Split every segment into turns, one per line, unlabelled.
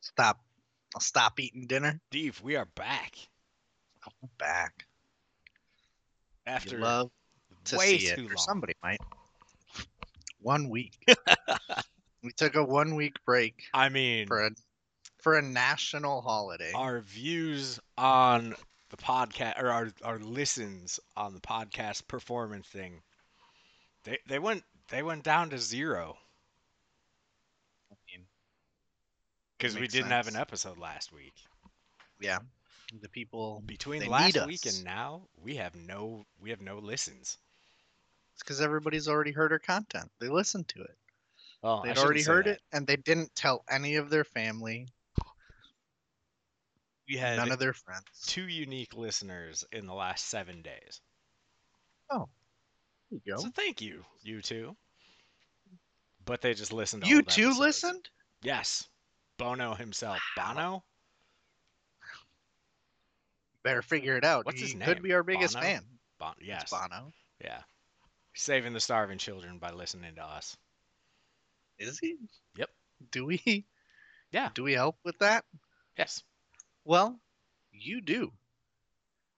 Stop. I'll stop eating dinner.
Steve, we are back
I'm back.
after
you love to
way
see it.
too
or
long.
Somebody might. One week. we took a one week break
I mean,
for a for a national holiday.
our views on the podcast or our, our listens on the podcast performance thing, they they went they went down to zero because we
Makes
didn't have an
sense.
episode last week.
yeah. The people
Between
They need
last
us.
week and now, we have no we have no listens.
it's because everybody's already heard our content. They listened to it.
Oh,
They'd already heard it and they didn't tell any of their family,
We had
none of their friends.
two unique listeners in the last seven days.
There you go.
So thank you, you two. But they just listened. To
You
old
too
episodes.
listened?
Yes, Bono himself.
Wow.
Bono.
Better figure it out.
What's his
he could
name?
be our biggest
Bono?
fan.
Bon-
It's
yes.
Bono.
Yeah. Saving the starving children by listening to us.
Is he?
Yep.
Do we?
Yeah.
Do we help with that?
Yes.
Well, you do.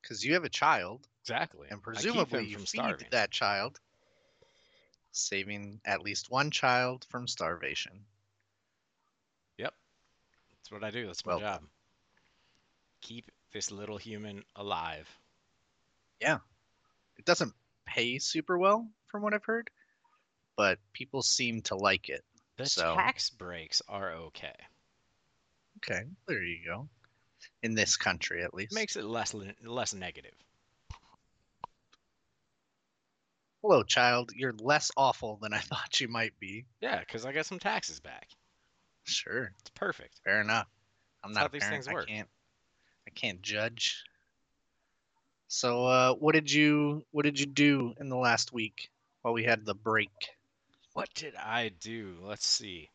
Because you have a child,
Exactly.
and
I keep
presumably
him
you feed
starving.
that child, saving at least one child from starvation.
That's what I do. That's my
Well-
job. Keep this little human alive.
It doesn't pay super well, from what I've heard, but people seem to like it.
The
So-
tax breaks are okay.
Okay, there you go. In this country, at least.
Makes it less li- less negative.
Hello, child. You're less awful than I thought you might be.
Yeah, because I got some taxes back.
Sure.
It's perfect.
Fair enough. I'm
That's how
not a
these
parent.
things work.
I can't. I can't judge. So, uh, what did you what did you do in the last week while we had the break?
What did I do? Let's see.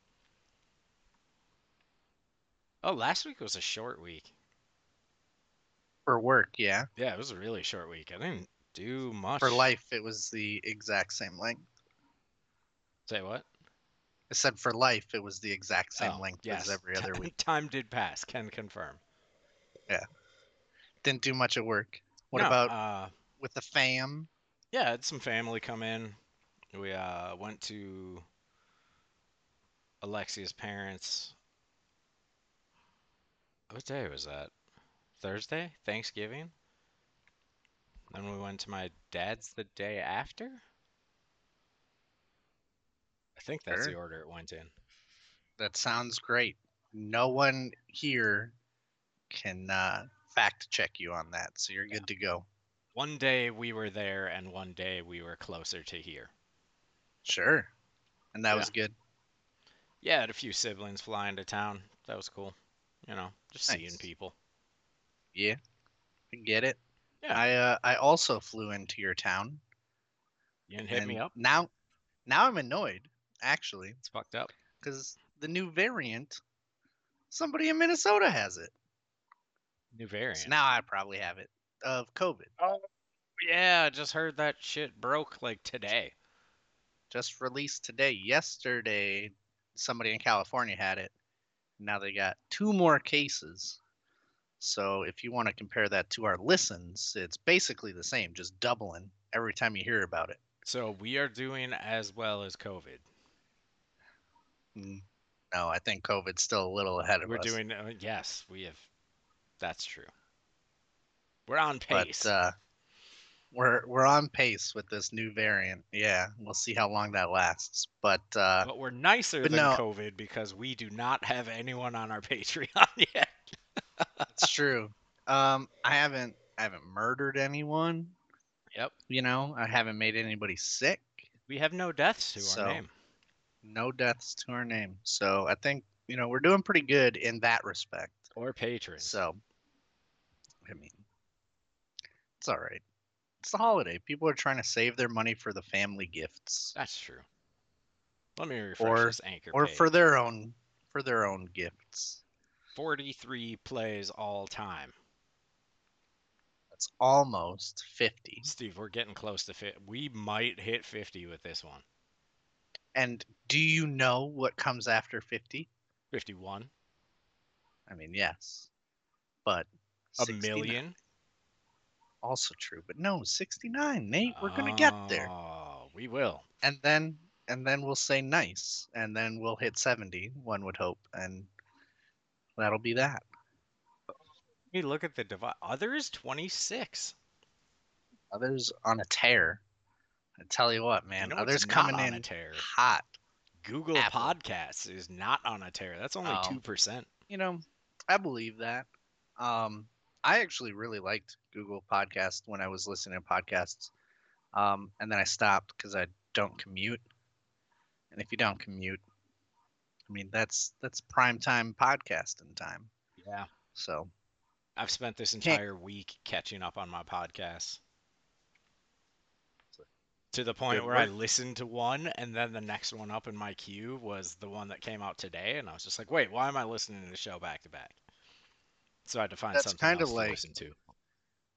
Oh, last week was a short week.
For work, yeah.
Yeah, it was a really short week. I didn't do much.
For life, it was the exact same length.
Say what?
I said for life, it was the exact same
Oh,
length
yes.
as every other week.
Time did pass. Can confirm.
Didn't do much at work. What
No,
about
Uh,
with the fam?
yeah, I had some family come in. We uh, went to Alexia's parents. What day was that? Thursday, Thanksgiving. Then we went to my dad's the day after. I think that's the
Sure.
order it went in.
That sounds great. No one here can uh, fact check you on that, so you're good to go.
One day we were there, and one day we were closer to here.
Sure. And that
Yeah.
was good.
Yeah, I had a few siblings fly into town. That was cool. You know, just
Nice.
seeing people.
Yeah, I get it.
Yeah.
I uh, I also flew into your town.
You didn't hit me
and
up.
now. Now I'm annoyed, actually,
It's fucked up.
because the new variant, somebody in Minnesota has it.
New variant. Oh.
So now I probably have it of COVID.
yeah, I just heard that shit broke like today.
Just released today. Yesterday, somebody in California had it. Now they got two more cases. So if you want to compare that to our listens, it's basically the same, just doubling every time you hear about it.
So we are doing as well as COVID.
Mm. No, I think COVID's still a little ahead of
We're
us.
doing uh, yes, we have. That's true. We're on pace.
but uh, we're we're on pace with this new variant. Yeah, we'll see how long that lasts. But uh,
but we're nicer
but
than
no.
COVID because we do not have anyone on our Patreon yet.
it's true. Um, I haven't I haven't murdered anyone.
Yep.
You know, I haven't made anybody sick.
We have no deaths to
So-
our name.
No deaths to our name. So I think you know we're doing pretty good in that respect.
Or patrons.
So, I mean, it's all right. It's the holiday. People are trying to save their money for the family gifts.
That's true. Let me refresh
Or-
this anchor
or
page.
for their own for their own gifts.
43 plays all time.
That's almost 50.
Steve, we're getting close to fit. We might hit 50 with this one.
And do you know what comes after 50?
51.
I mean, yes, but
A
69
million?
Also true, but no, 69, Nate. We're gonna get there,
Oh, we will.
and then and then we'll say nice, and then we'll hit 70. One would hope, and that'll be that.
We look at the divide. Other is 26.
Others on a tear. I tell you what,
You
man.
know what's
others
not
coming
on
in
a tear.
hot.
Google
Apple.
Podcasts is not on a tear. That's only
Oh.
two percent.
you know, I believe that. Um, I actually really liked Google Podcasts when I was listening to podcasts, um, and then I stopped because I don't commute. And if you don't commute, I mean that's that's prime time podcasting time.
Yeah,
So
I've spent this
Can't-
entire week catching up on my podcasts. To the point
Good
where I
work.
listened to one, and then the next one up in my queue was the one that came out today, and I was just like, "Wait, why am I listening to the show back to back?" So I had to find
That's
something
kinda
else
like-
to listen to.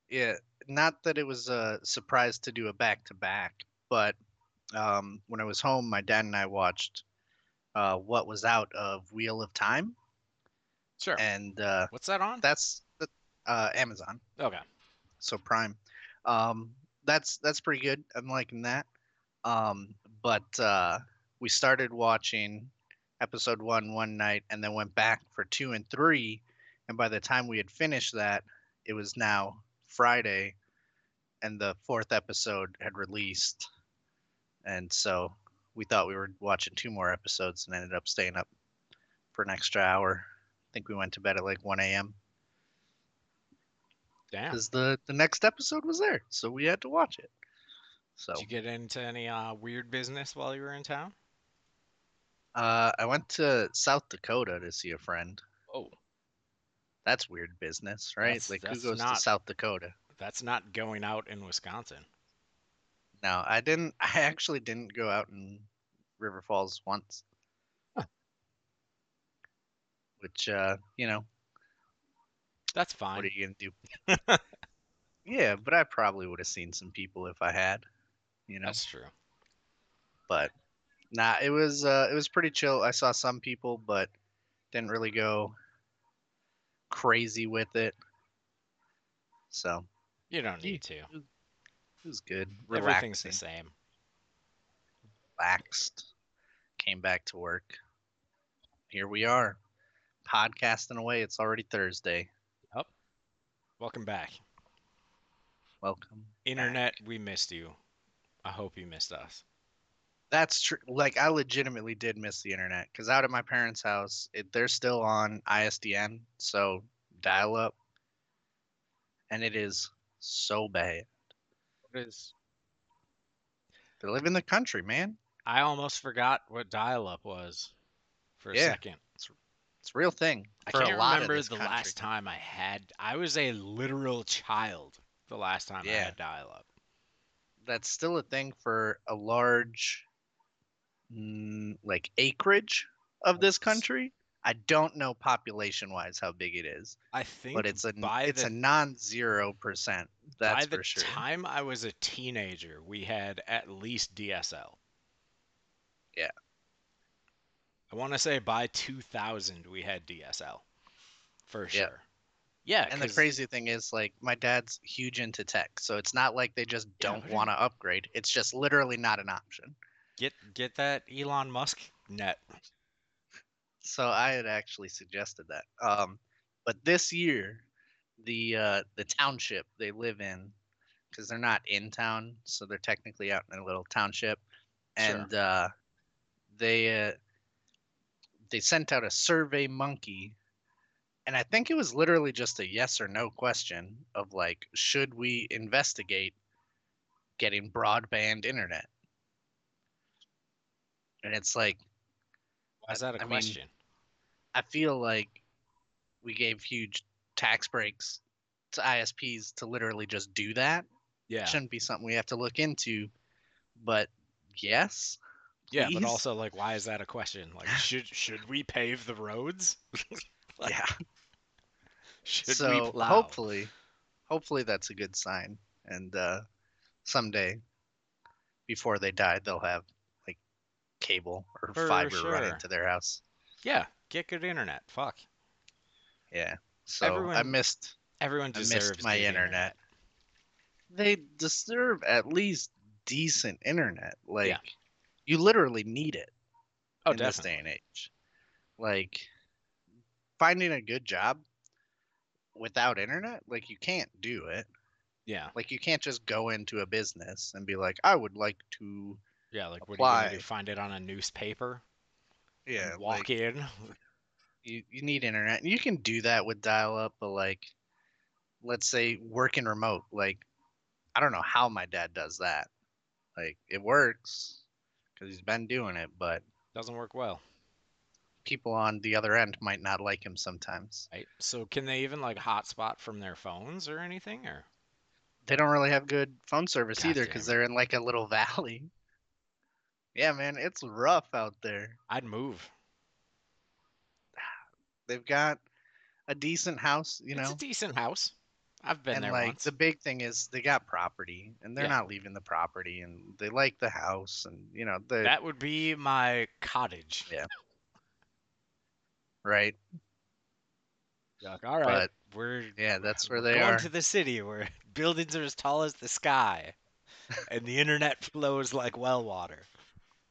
yeah, not that it was a surprise to do a back to back, but um, when I was home, my dad and I watched uh, what was out of Wheel of Time,
Sure.
and uh,
What's that on?
that's the, uh, Amazon.
okay.
so prime um that's that's pretty good i'm liking that um but uh we started watching episode one one night and then went back for two and three and by the time we had finished that it was now friday and the fourth episode had released and so we thought we were watching two more episodes and ended up staying up for an extra hour i think we went to bed at like 1 a.m
Damn.
because the the next episode was there, so we had to watch it. So
Did you get into any uh, weird business while you were in town?
uh, I went to South Dakota to see a friend.
Oh,
That's weird business, right?
That's-
like
that's
who goes
not-
to South Dakota?
that's not going out in Wisconsin.
No, I didn't. I actually didn't go out in River Falls once, which uh, you know,
That's fine.
what are you gonna do? yeah, but I probably would have seen some people if I had, you know.
That's true.
but nah it was uh it was pretty chill i saw some people but didn't really go crazy with it so
You don't
Yeah.
need to.
it was good
Everything's
relaxing
the same.
relaxed came back to work here we are podcasting away it's already thursday
Welcome back.
welcome
Internet, we missed you. I hope you missed us.
That's true. Like I legitimately did miss the internet because out at my parents' house, it, they're still on ISDN, so dial up, and it is so bad.
What is?
They live in the country, man.
I almost forgot what dial up was for a
Yeah.
second.
It's a real thing.
I
for a
can't
lot of
remember
this
the
country.
last time I had. I was a literal child the last time I
Yeah.
had dial up.
That's still a thing for a large, mm, like acreage of this country. I don't know population wise how big it is,
I think
but it's a
by
it's
the
a non zero percent. That's
by the
for sure.
time I was a teenager, we had at least DSL.
Yeah.
I want to say by 2000 we had DSL, for
Yeah.
sure. Yeah,
and the
'cause-
crazy thing is like my dad's huge into tech so it's not like they just
Yeah,
don't
what do you-
want to upgrade it's just literally not an option
Get get that Elon Musk net.
so i had actually suggested that um but this year the uh the township they live in because they're not in town so they're technically out in a little township
Sure.
and uh they uh, they sent out a survey monkey and i think it was literally just a yes or no question of like should we investigate getting broadband internet and it's like
Why is that a
I mean,
question?
I feel like we gave huge tax breaks to ISPs to literally just do that.
yeah,
It shouldn't be something we have to look into, but yes.
yeah,
please.
but also like, why is that a question? Like, should should we pave the roads? Like,
yeah.
Should we
so
plow?
hopefully, hopefully that's a good sign, and uh, someday, before they die, they'll have like cable or
For
fiber
sure.
running to their house.
yeah, get good internet. Fuck.
Yeah. So I
Everyone
missed
Everyone
I
deserves
missed my
good
internet. They deserve at least decent internet. Like you literally need it
Oh,
in this
definitely.
day and age. Like finding a good job without internet, like you can't do it.
Yeah,
Like you can't just go into a business and be like, I would like to
yeah. Like, what are you gonna
Apply.
do? Find it on a newspaper? and
yeah,
walk
like,
in.
you, you need internet. And you can do that with dial up, but like let's say working remote, like I don't know how my dad does that. Like it works cuz he's been doing it, but
Doesn't work well,
people on the other end might not like him sometimes.
right? So, can they even like hotspot from their phones or anything? Or
They don't really have good phone service
God
either either
damn
cuz
it.
they're in like a little valley. Yeah, man, it's rough out there.
I'd move.
They've got a decent house, you
it's
know.
a decent house. I've been
and
there
like
once.
the big thing is they got property and they're
Yeah.
not leaving the property and they like the house and you know the
That would be my cottage.
Yeah. right
Like, all right, we're
but yeah that's where
we're
they
going
are
to the city where buildings are as tall as the sky, and the internet flows like well water.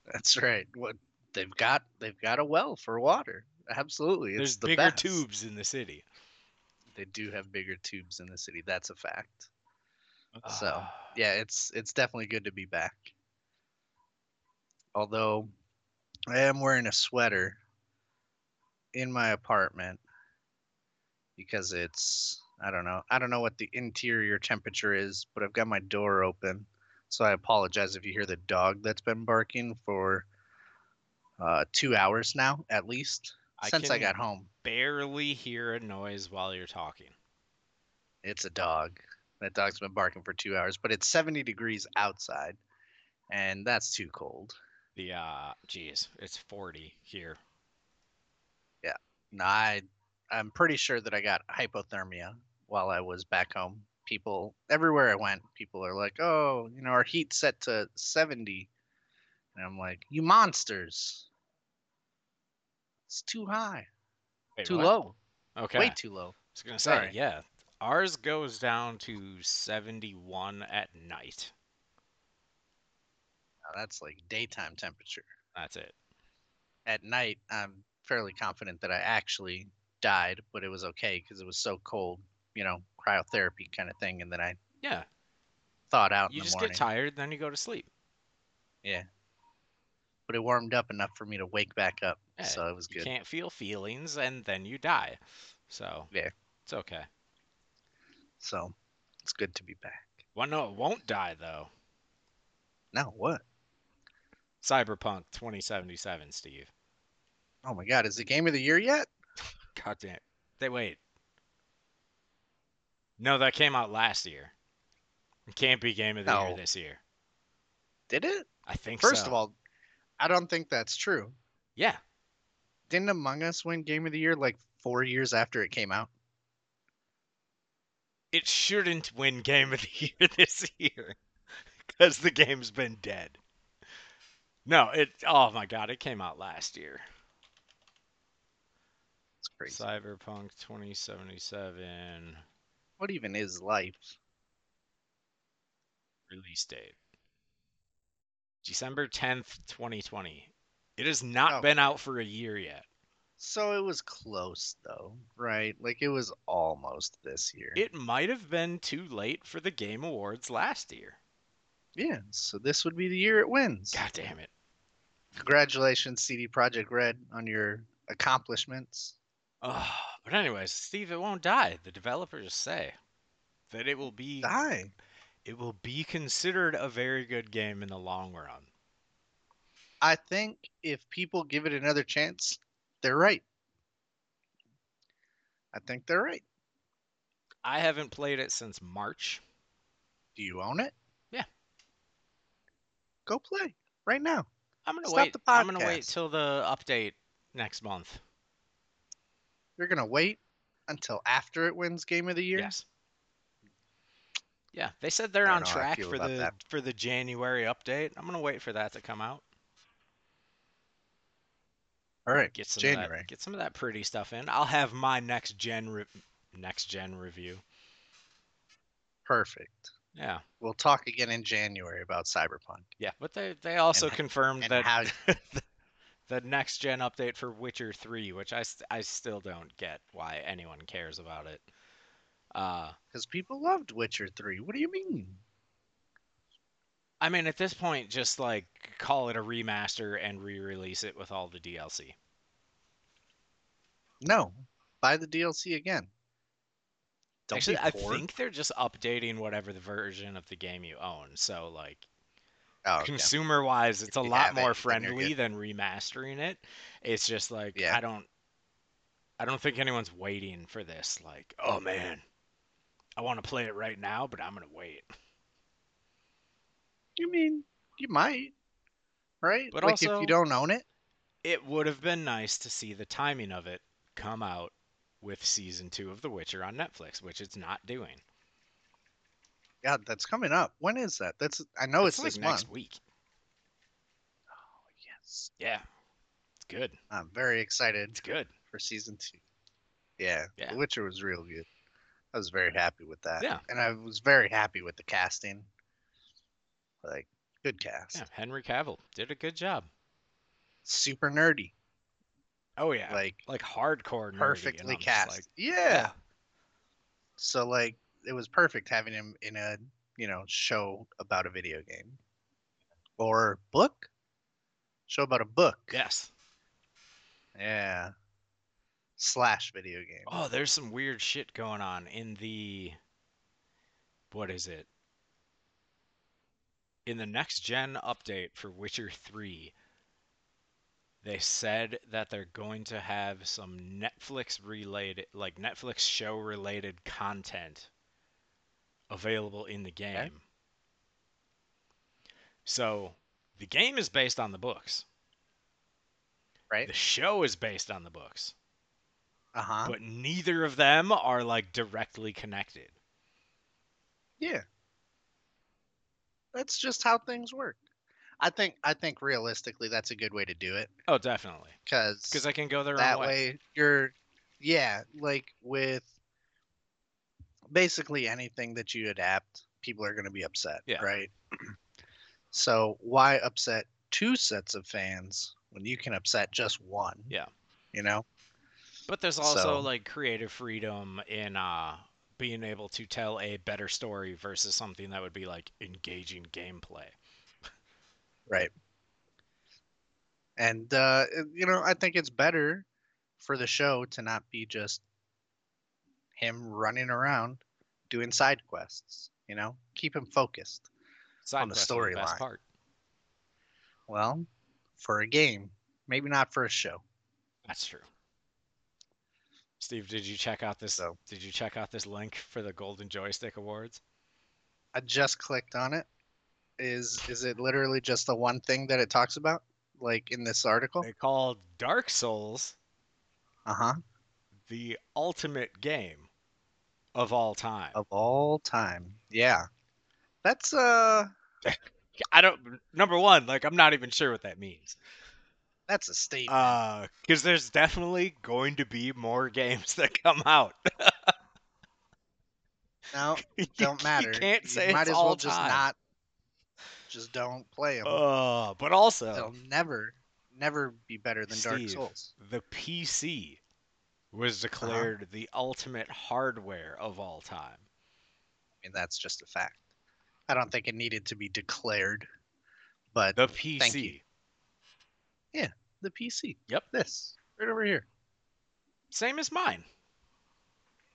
that's right what they've got they've got a well for water absolutely it's
There's
the
bigger
best.
tubes in the city.
they do have bigger tubes in the city that's a fact So,
Ah,
yeah it's it's definitely good to be back although i am wearing a sweater in my apartment because it's i don't know i don't know what the interior temperature is but i've got my door open so i apologize if you hear the dog that's been barking for uh, two hours now at least
I
since i
can-
got home
barely hear a noise while you're talking.
It's a dog. That dog's been barking for two hours, but it's 70 degrees outside, and that's too cold.
The uh, geez, it's 40 here.
No, I, I'm pretty sure that I got hypothermia while I was back home. People everywhere I went, people are like, "Oh, you know, our heat's set to 70," and I'm like, "You monsters! It's too high,
Wait,
too
what?
low,
Okay.
way too low."
I was gonna say,
Sorry.
yeah. Ours goes down to 71 at night.
Now, that's like daytime temperature.
That's it.
at night, I'm fairly confident that I actually died, but it was okay because it was so cold, you know, cryotherapy kind of thing. And then I
Yeah.
thawed out
You
in the
just
morning,
get tired, then you go to sleep.
but it warmed up enough for me to wake back up.
Yeah,
so it was
Eh, You
good.
can't feel feelings, and then you die. So
Yeah.
it's okay.
So it's good to be back.
Well, no, it won't die though.
Now what?
Cyberpunk 2077, Steve.
Oh my God, is the game of the year yet?
God damn. They wait. No, that came out last year. It can't be game of the year
No.
this year.
Did it?
I think
First
so.
of all, I don't think that's true.
yeah,
Didn't Among Us win Game of the Year like four years after it came out?
it shouldn't win Game of the Year this year because the game's been dead. No, it. Oh my God, it came out last year.
It's crazy.
Cyberpunk 2077
What even is life?
release date, December 10th, 2020. It has not
Oh.
been out for a year yet.
So it was close though, right? Like it was almost this year.
It might have been too late for the Game Awards last year.
Yeah, so this would be the year it wins.
God damn it.
Congratulations, CD Project Red, on your accomplishments.
Oh, but anyways, Steve, it won't die. The developers say that it will be
Die.
it will be considered a very good game in the long run.
I think if people give it another chance, they're right. I think they're right.
I haven't played it since March.
Do you own it?
Yeah.
Go play right now.
I'm gonna
Stop
wait.
the
I'm gonna wait
podcast.
till the update next month.
You're going to wait until after it wins Game of the Year?
Yes. Yeah, they said they're
I
on
don't know how I
track
feel
for
about
the
that.
for the January update. I'm gonna wait for that to come out.
All right.
Get some Of
January.
that, get some of that pretty stuff in. I'll have my next gen re- next gen review.
Perfect.
Yeah,
We'll talk again in January about Cyberpunk
yeah. But they they also
And-
confirmed
and
that
how
the next gen update for Witcher 3, which I, st- I still don't get why anyone cares about it. Uh,
because people loved Witcher Three. What do you mean?
I mean, at this point, just like call it a remaster and re release it with all the DLC.
No, buy the DLC again. Don't
Actually,
be
I
poor.
think they're just updating whatever the version of the game you own. So, like,
Oh, okay.
consumer wise, it's a
you
lot
have it,
more
then you're
friendly than remastering it. It's just like,
Yeah.
I don't. I don't think anyone's waiting for this. Like, oh man, I want to play it right now, but I'm gonna wait.
You mean you might, right?
But
like if
also-
you don't own it,
it would have been nice to see the timing of it come out with season two of The Witcher on Netflix, which it's not doing.
yeah, that's coming up. When is that? That's I know it's,
like
this
next
month.
week.
Yes,
Yeah, it's good.
I'm very excited
It's good.
for season two. Yeah,
Yeah.
The Witcher was real good. I was very happy with that.
Yeah.
and I was very happy with the casting. Like good cast,
Yeah, Henry Cavill did a good job.
super nerdy,
Oh yeah, like,
like
hardcore, nerdy, and I'm
perfectly
just
cast.
like,
yeah, So like it was perfect having him in a you know show about a video game or book. Show about a book.
Yes.
Yeah. Slash video game.
Oh, there's some weird shit going on in the. What is it? In the next gen update for Witcher 3, they said that they're going to have some Netflix related, like Netflix show related content available in the game. So the game is based on the books,
right?
the show is based on the books.
Uh huh.
but neither of them are like directly connected.
Yeah. That's just how things work. I think I think realistically that's a good way to do it
Oh, definitely,
because
because I can go their
that
own way.
way you're yeah like with basically anything that you adapt people are going to be upset
Yeah.
right so why upset two sets of fans when you can upset just one
Yeah.
you know
But there's also
so-
like creative freedom in uh, being able to tell a better story versus something that would be like engaging gameplay.
right and uh it- you know i think it's better for the show to not be just him running around doing side quests you know keep him focused
Side
On the
quests are best
storyline.
part.
Well, for a game, maybe not for a show.
That's true. Steve, did you check out this?
So.
Did you check out this link for the Golden Joystick Awards?
I just clicked on it. Is is it literally just the one thing that it talks about, like in this article?
They called Dark Souls
Uh huh.
the ultimate game of all time.
Of all time, yeah. That's uh,
I don't. Number one, like I'm not even sure what that means.
that's a statement.
Uh, because there's definitely going to be more games that come out.
no,
You-
don't matter.
You can't say
might
it's
as
all
well just
time.
not. Just don't play them.
Uh, but also
They'll never, never be better than Dark
Steve.
Souls.
the PC was declared the ultimate hardware of all time.
I mean, that's just a fact. I don't think it needed to be declared, but
The PC.
the PC.
Yep.
This right over here.
Same as mine.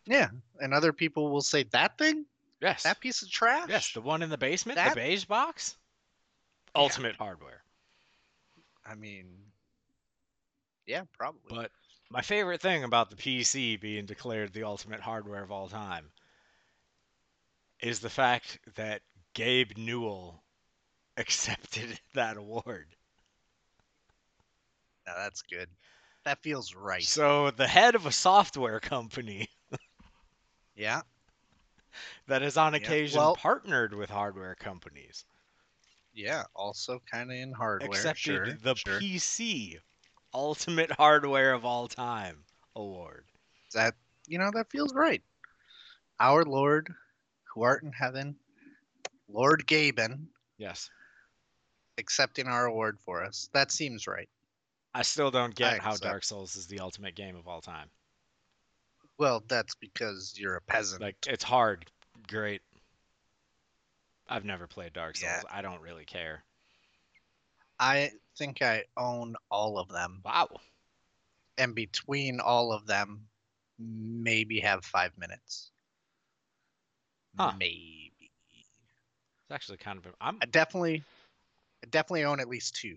Yeah, and other people will say that thing,
Yes.
that piece of trash.
yes. The one in the basement,
That-
the beige box. Ultimate hardware.
I mean, yeah, probably.
But my favorite thing about the PC being declared the ultimate hardware of all time is the fact that Gabe Newell accepted that award.
No, that's good. That feels right.
So the head of a software company
yeah,
that is on
Yeah,
occasion
well-
partnered with hardware companies
yeah. Also, kind of in hardware.
accepted
sure,
the
sure.
PC ultimate hardware of all time award.
That you know that feels right. Our Lord, who art in heaven, Lord Gaben,
Yes.
accepting our award for us. That seems right.
I still don't get
I
how
accept.
Dark Souls is the ultimate game of all time.
Well, that's because you're a peasant.
Like it's hard, great. I've never played Dark Souls.
Yeah.
I don't really care.
I think I own all of them,
Wow.
and between all of them, maybe have five minutes.
Huh.
Maybe.
It's actually kind of I'm
I definitely, I definitely own at least two.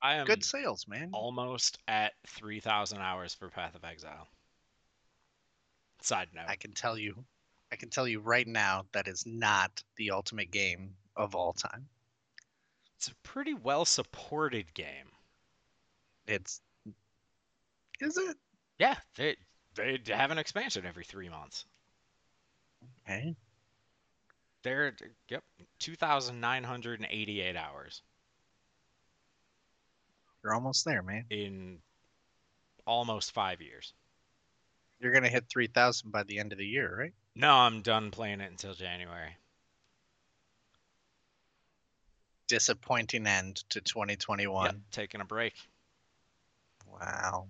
I am
Good sales, man.
almost at 3000 hours for Path of Exile. Side note.
I can tell you, I can tell you right now that is not the ultimate game of all time.
It's a pretty well supported game.
It's, is it?
Yeah, they they have an expansion every 3 months.
Okay.
They're yep, 2988 hours
You're almost there, man.
in almost 5 years.
You're gonna hit three thousand by the end of the year, right?
No, I'm done playing it until January.
Disappointing end to 2021.
Yep, taking a break.
Wow.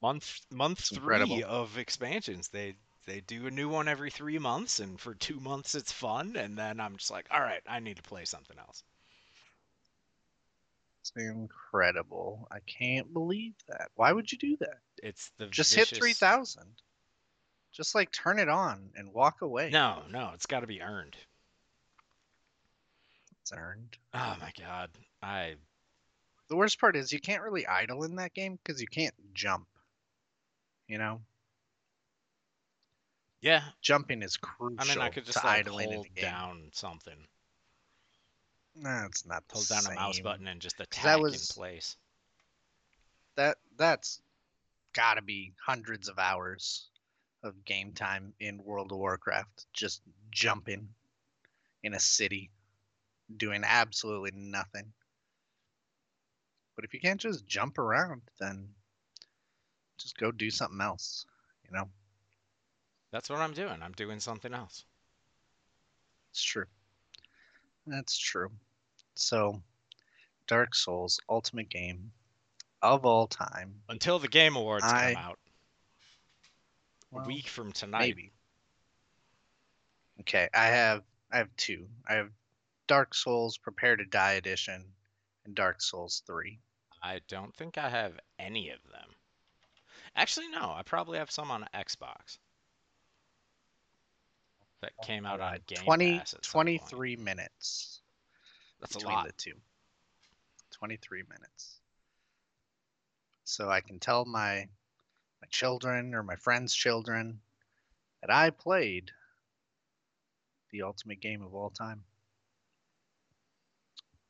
Month month
It's
three
incredible.
of expansions. They they do a new one every three months, and for two months it's fun, and then I'm just like, all right, I need to play something else.
It's incredible. I can't believe that. Why would you do that?
It's the
Just hit
vicious-
three thousand. Just like turn it on and walk away.
No, no, it's got to be earned.
It's earned.
Oh my god, I
the worst part is you can't really idle in that game because you can't jump. You know,
yeah.
jumping is crucial.
I mean, I could just
to
like
idling in
hold
the game.
down something,
No, it's not the
hold down a mouse
same.
button, and just
that
attack
was-
in place.
That that's got to be hundreds of hours of game time in World of Warcraft, just jumping in a city, doing absolutely nothing. But if you can't just jump around, then just go do something else. You know,
That's what I'm doing. I'm doing something else.
It's true. That's true. So, Dark Souls, ultimate game of all time.
Until the game awards
I-
come out
Well,
a week from tonight.
maybe. Okay, I have I have two. I have Dark Souls Prepare to Die edition and Dark Souls Three.
I don't think I have any of them. Actually, no. I probably have some on Xbox that
Oh,
came out on Game
20,
Pass. at some point.
23 minutes
That's a
between
lot.
the two. 23 minutes. So I can tell my my children or my friends' children that I played the ultimate game of all time.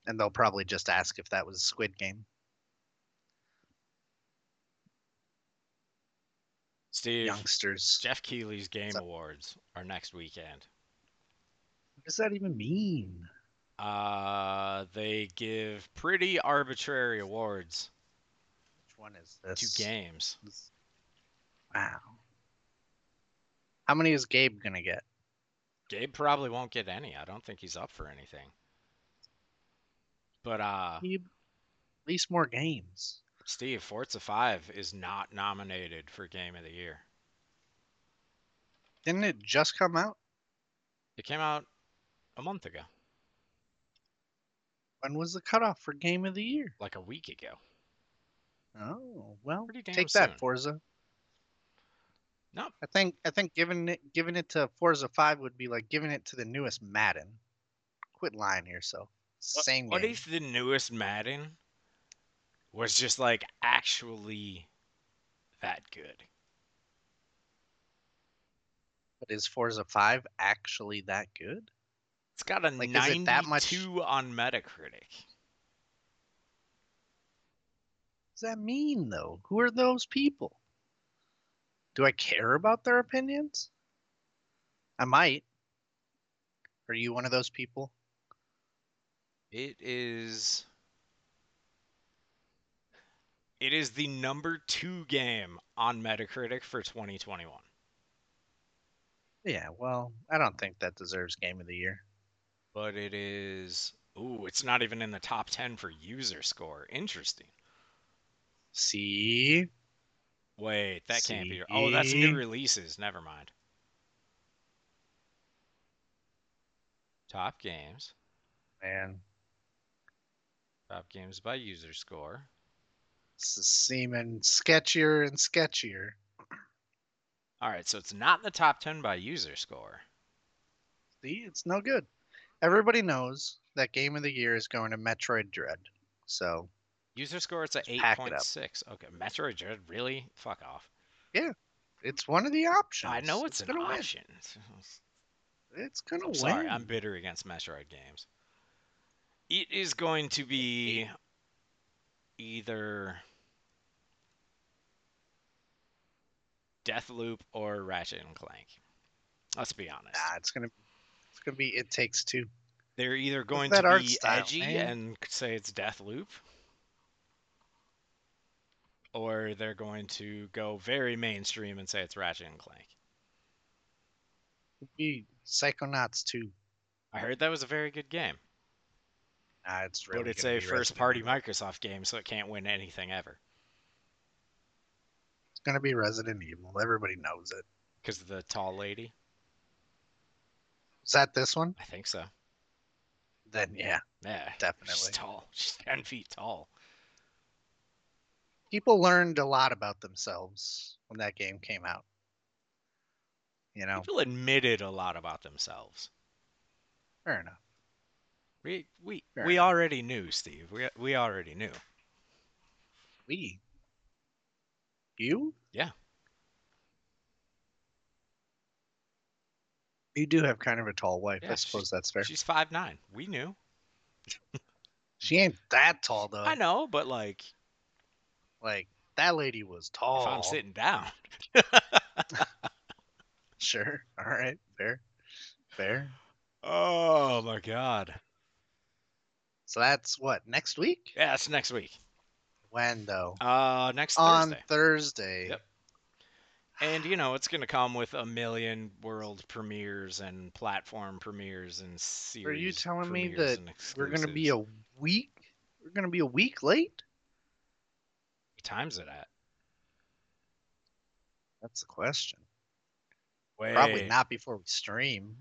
And they'll probably just ask if that was Squid Game.
Steve,
Youngsters.
Jeff Keighley's Game
So-
Awards are next weekend.
What does that even mean?
Uh, they give pretty arbitrary awards
Which one is this?
to games.
Wow. How many is Gabe going to get?
Gabe probably won't get any. I don't think he's up for anything. But uh,
Gabe, at least more games.
Steve, Forza 5 is not nominated for Game of the Year.
Didn't it just come out?
It came out a month ago,
When was the cutoff for Game of the Year?
like a week ago.
Oh well,
Pretty damn
take
soon.
that Forza.
Nope.
I think I think giving it giving it to Forza Five would be like giving it to the newest Madden. Quit lying to yourself. Same
What
game.
if the newest Madden was just like actually that good?
But is Forza Five actually that good?
It's got a
Like, is it
92
that much-
on Metacritic.
What does that mean though? Who are those people? Do I care about their opinions? I might. Are you one of those people?
It is It is the number two game on Metacritic for 2021.
Yeah, well, I don't think that deserves Game of the Year.
But it is. Ooh, it's not even in the top 10 for user score. Interesting.
See,
Wait, that can't be. Oh, that's new
See?
releases. Never mind. Top games.
man,
Top games by user score.
this is seeming sketchier and sketchier.
All right, so it's not in the top 10 by user score.
See, it's no good. Everybody knows that Game of the Year is going to Metroid Dread. So,
User score, it's at
pack it up.
8.6. Okay, Metroid Dread, really? Fuck off.
it's one of the options.
I know it's, an
gonna
option.
Win. It's going to
I'm
win.
sorry, I'm bitter against Metroid games. It is going to be either Deathloop or Ratchet and Clank. Let's be honest.
Nah, it's going to it's gonna be It Takes Two.
They're either going
that
to
art
be
style,
edgy
man?
and say it's Deathloop, or they're going to go very mainstream and say it's Ratchet and Clank.
It'd be Psychonauts 2.
I heard that was a very good game,
Nah, it's really
but it's
gonna
a
be Resident
first-party
Evil.
Microsoft game, so it can't win anything ever.
It's going to be Resident Evil. Everybody knows it.
Because of the tall lady?
Is that this one?
I think so.
Then, yeah,
Yeah. She's
definitely.
tall. She's 10 feet tall.
People learned a lot about themselves when that game came out. You know,
People admitted a lot about themselves.
fair enough.
We we,
Fair
we
enough.
already knew, Steve. We, we already knew.
We. You?
Yeah.
You do have kind of a tall wife.
Yeah,
I suppose that's fair. She,
She's five nine. We knew.
ain't that tall though.
I know, but like,
Like that lady was tall.
if I'm sitting down,
Sure. All right. Fair. Fair.
oh my God.
So that's what next week.
Yeah, it's next week.
When though?
Uh, next
On
Thursday.
Thursday.
Yep. And you know, it's going to come with a million world premieres and platform premieres and series.
Are you telling me that
premieres and
We're gonna be
exclusives.
a week. We're gonna be a week late.
What time's it at?
That's the question.
Wait.
Probably not before we stream.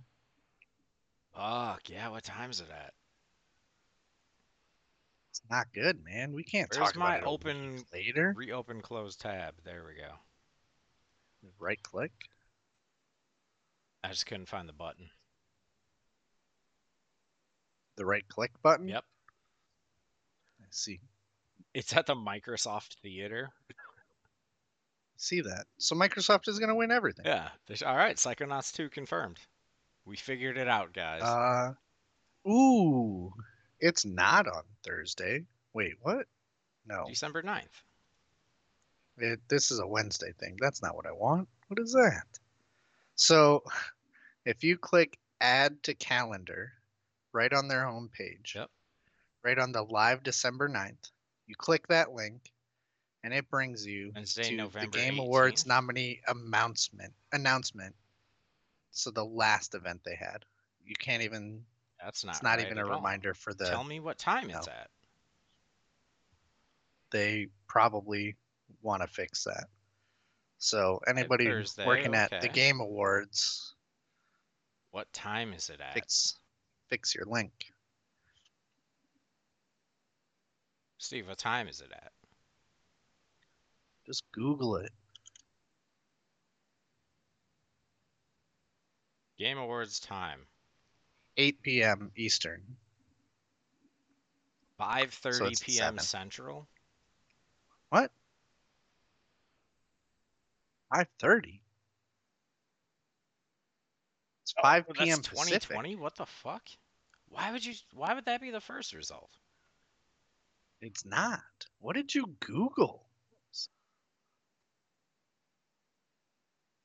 Fuck yeah! What time's it at?
It's not good, man. We can't
Where's
talk about
my
it a week
open
later.
reopen close tab? There we go.
Right click.
I just couldn't find the button.
The right click button.
Yep,
I see.
it's at the Microsoft Theater.
See that. So Microsoft is gonna win everything.
Yeah. There's, all right, Psychonauts two confirmed. We figured it out, guys.
Uh, ooh, it's not on Thursday. Wait, what? No,
December 9th.
it, this is a Wednesday thing. That's not what I want. What is that? So, if you click add to calendar right on their homepage,
Yep.
right on the live December 9th, you click that link and it brings you
Wednesday,
to
November
the Game Awards
18th.
nominee announcement. Announcement. So, the last event they had. You can't even
That's not.
it's not
right
even a
at all.
reminder for the
Tell me what time it's
No.
at.
they probably want to fix that so anybody
Thursday,
working at the
okay.
game awards
What time is it at?
fix fix your link
Steve, what time is it at?
just google it
Game Awards time.
8 p.m eastern
5:30
it's
p.m.
seven.
Central.
5.30 it's
Oh,
5
well,
p.m
That's
pacific
2020. What the fuck? Why would you? Why would that be the first result?
it's not what did you google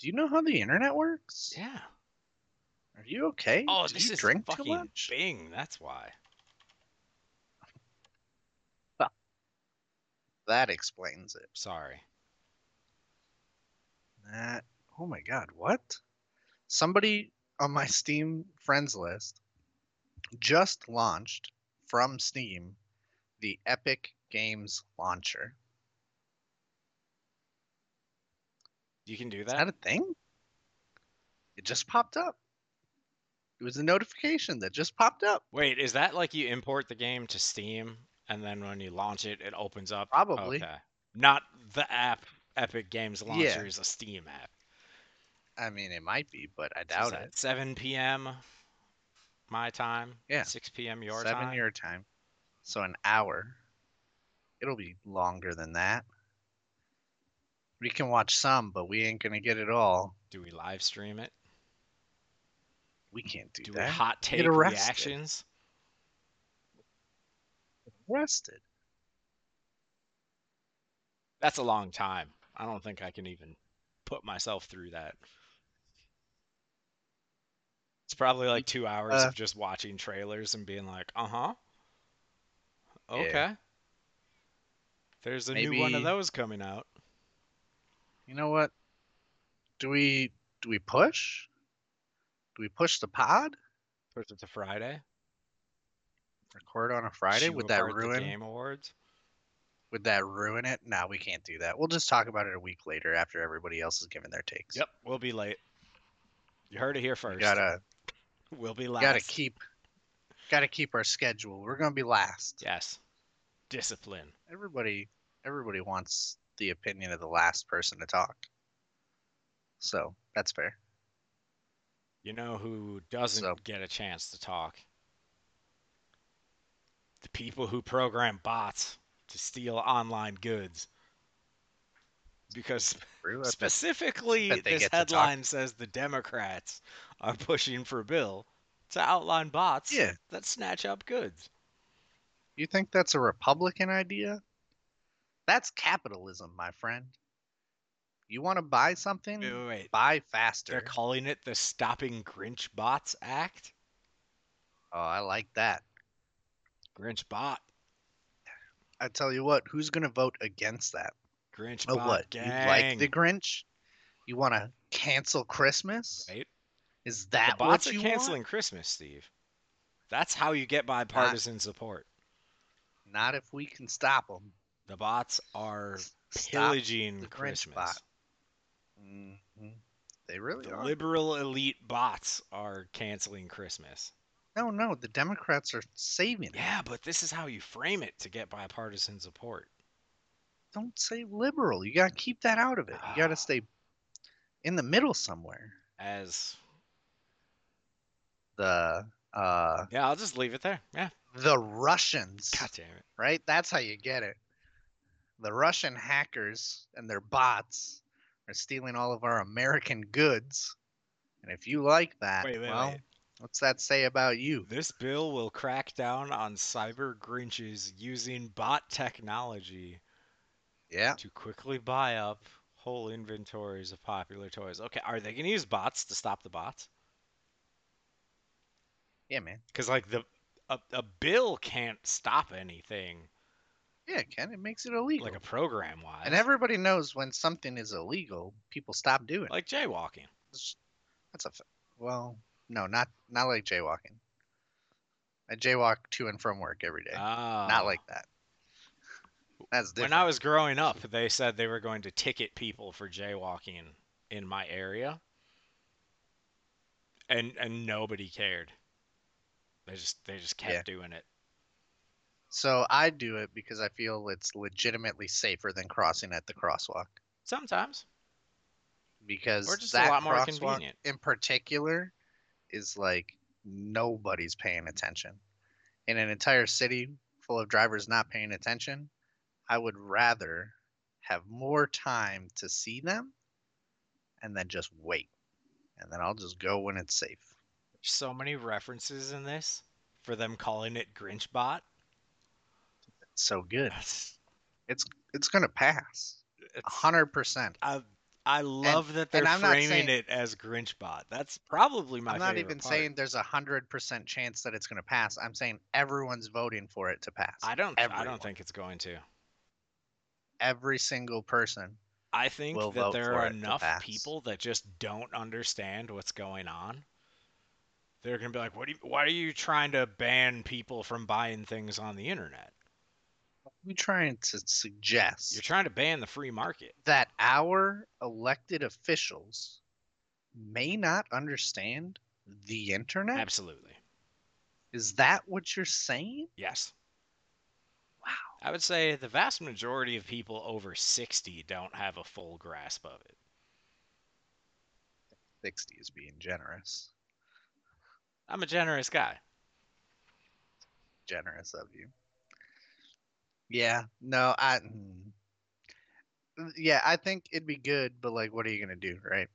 do you know how the internet works
Yeah.
are you okay
Oh,
did
this
you
is
drink too
fucking
much
Bing. That's why.
That explains it.
Sorry.
That oh my god, what? Somebody on my Steam friends list just launched from Steam the Epic Games launcher.
You can do
Is that
that?
a thing? It just popped up. It was a notification that just popped up.
Wait, is that like you import the game to Steam and then when you launch it, it opens up?
Probably.
Okay. Not the app. Epic Games
Yeah.
Launcher is a Steam app.
I mean, it might be, but I
So
doubt
it's at
it.
7 p.m. my time.
Yeah.
6 p.m. your
Seven
time.
your time, so an hour. It'll be longer than that. We can watch some, but we ain't gonna get it all.
Do we live stream it?
We can't do,
Do we
that.
hot
Get
take
arrested.
reactions?
Arrested.
That's a long time. I don't think I can even put myself through that. It's probably like two hours
Uh,
of just watching trailers and being like, uh huh.
Yeah.
Okay. There's a new one of
Maybe-
those coming out.
You know what? Do we do we push? Do we push the pod?
Push it to Friday.
Record on a Friday?
Chew
Would that
apart the
ruin?
Game Awards?
Would that ruin it? No, we can't do that. We'll just talk about it a week later after everybody else has given their takes.
Yep, we'll be late. You heard it here
We
first.
gotta
we'll be last.
gotta keep gotta keep our schedule. We're gonna be last.
Yes. Discipline.
everybody everybody wants the opinion of the last person to talk. So that's fair.
You know who doesn't
So-
get a chance to talk? The people who program bots to steal online goods. Because
True. I bet-
specifically,
bet they
this
get to talk.
headline says the Democrats are pushing for a bill to outline bots
Yeah.
that snatch up goods.
You think that's a Republican idea? That's capitalism, my friend. You want to buy something?
Wait, wait, wait.
Buy faster.
They're calling it the Stopping Grinch Bots Act.
oh, I like that.
Grinch bot.
I tell you what, who's going to vote against that?
Grinch
Oh,
bot.
what?
Gang.
You like the Grinch? You want to cancel Christmas?
Right?
Is that
the bots
what
are
you
canceling
want?
Christmas, Steve. That's how you get bipartisan support.
Not if we can stop them.
The bots are
Stop
pillaging
the Grinch
Christmas.
bot. hmm They really
The
are.
liberal elite bots are canceling Christmas.
no, no, the Democrats are saving it.
Yeah, but this is how you frame it to get bipartisan support.
Don't say liberal. You gotta keep that out of it. You
Ah.
gotta stay in the middle somewhere.
As
The uh
yeah, I'll just leave it there. Yeah.
the Russians,
God damn it.
right? That's how you get it. The Russian hackers and their bots are stealing all of our American goods. And if you like that,
Wait, wait,
well,
wait.
what's that say about you?
This bill will crack down on cyber grinches using bot technology
Yeah.
to quickly buy up whole inventories of popular toys. Okay, are they going to use bots to stop the bots?
Yeah, man.
Because like the a, a bill can't stop anything
Yeah, Ken, it makes it illegal.
like a program wise.
And everybody knows when something is illegal, people stop doing it.
like jaywalking.
It's- That's a f- well, no, not not like jaywalking. I jaywalk to and from work every day.
Ah,
Eh, not like that. That's
when
different.
I was growing up, they said they were going to ticket people for jaywalking in my area, and and nobody cared. They just they just kept
Yeah.
doing it.
so I do it because I feel it's legitimately safer than crossing at the crosswalk
Sometimes
because
Or just a
that
lot more
crosswalk
convenient.
in particular is like nobody's paying attention. In an entire city full of drivers not paying attention, I would rather have more time to see them and then just wait. And then I'll just go when it's safe.
There's so many references in this for them calling it Grinchbot.
It's so good. It's gonna pass. A hundred percent.
I I love that they're
and I'm not
framing
saying-
it as Grinchbot. That's probably my
I'm not
favorite
even
part.
saying there's a hundred percent chance that it's gonna pass. I'm saying everyone's voting for it to pass.
I don't I
everyone.
don't think it's going to.
every single person.
I think
will
that
vote
there
for
are
it to
enough
pass.
people that just don't understand what's going on. They're gonna be like, "What? Do you, why are you trying to ban people from buying things on the internet?
We trying to suggest
You're trying to ban the free market."
that our elected officials may not understand the internet?
Absolutely.
Is that what you're saying?
Yes.
Wow.
I would say the vast majority of people over 60 don't have a full grasp of it.
60 is being generous.
I'm a generous guy.
Generous of you. Yeah, no, I. mm. Yeah, I think it'd be good, but like, what are you going to do, right?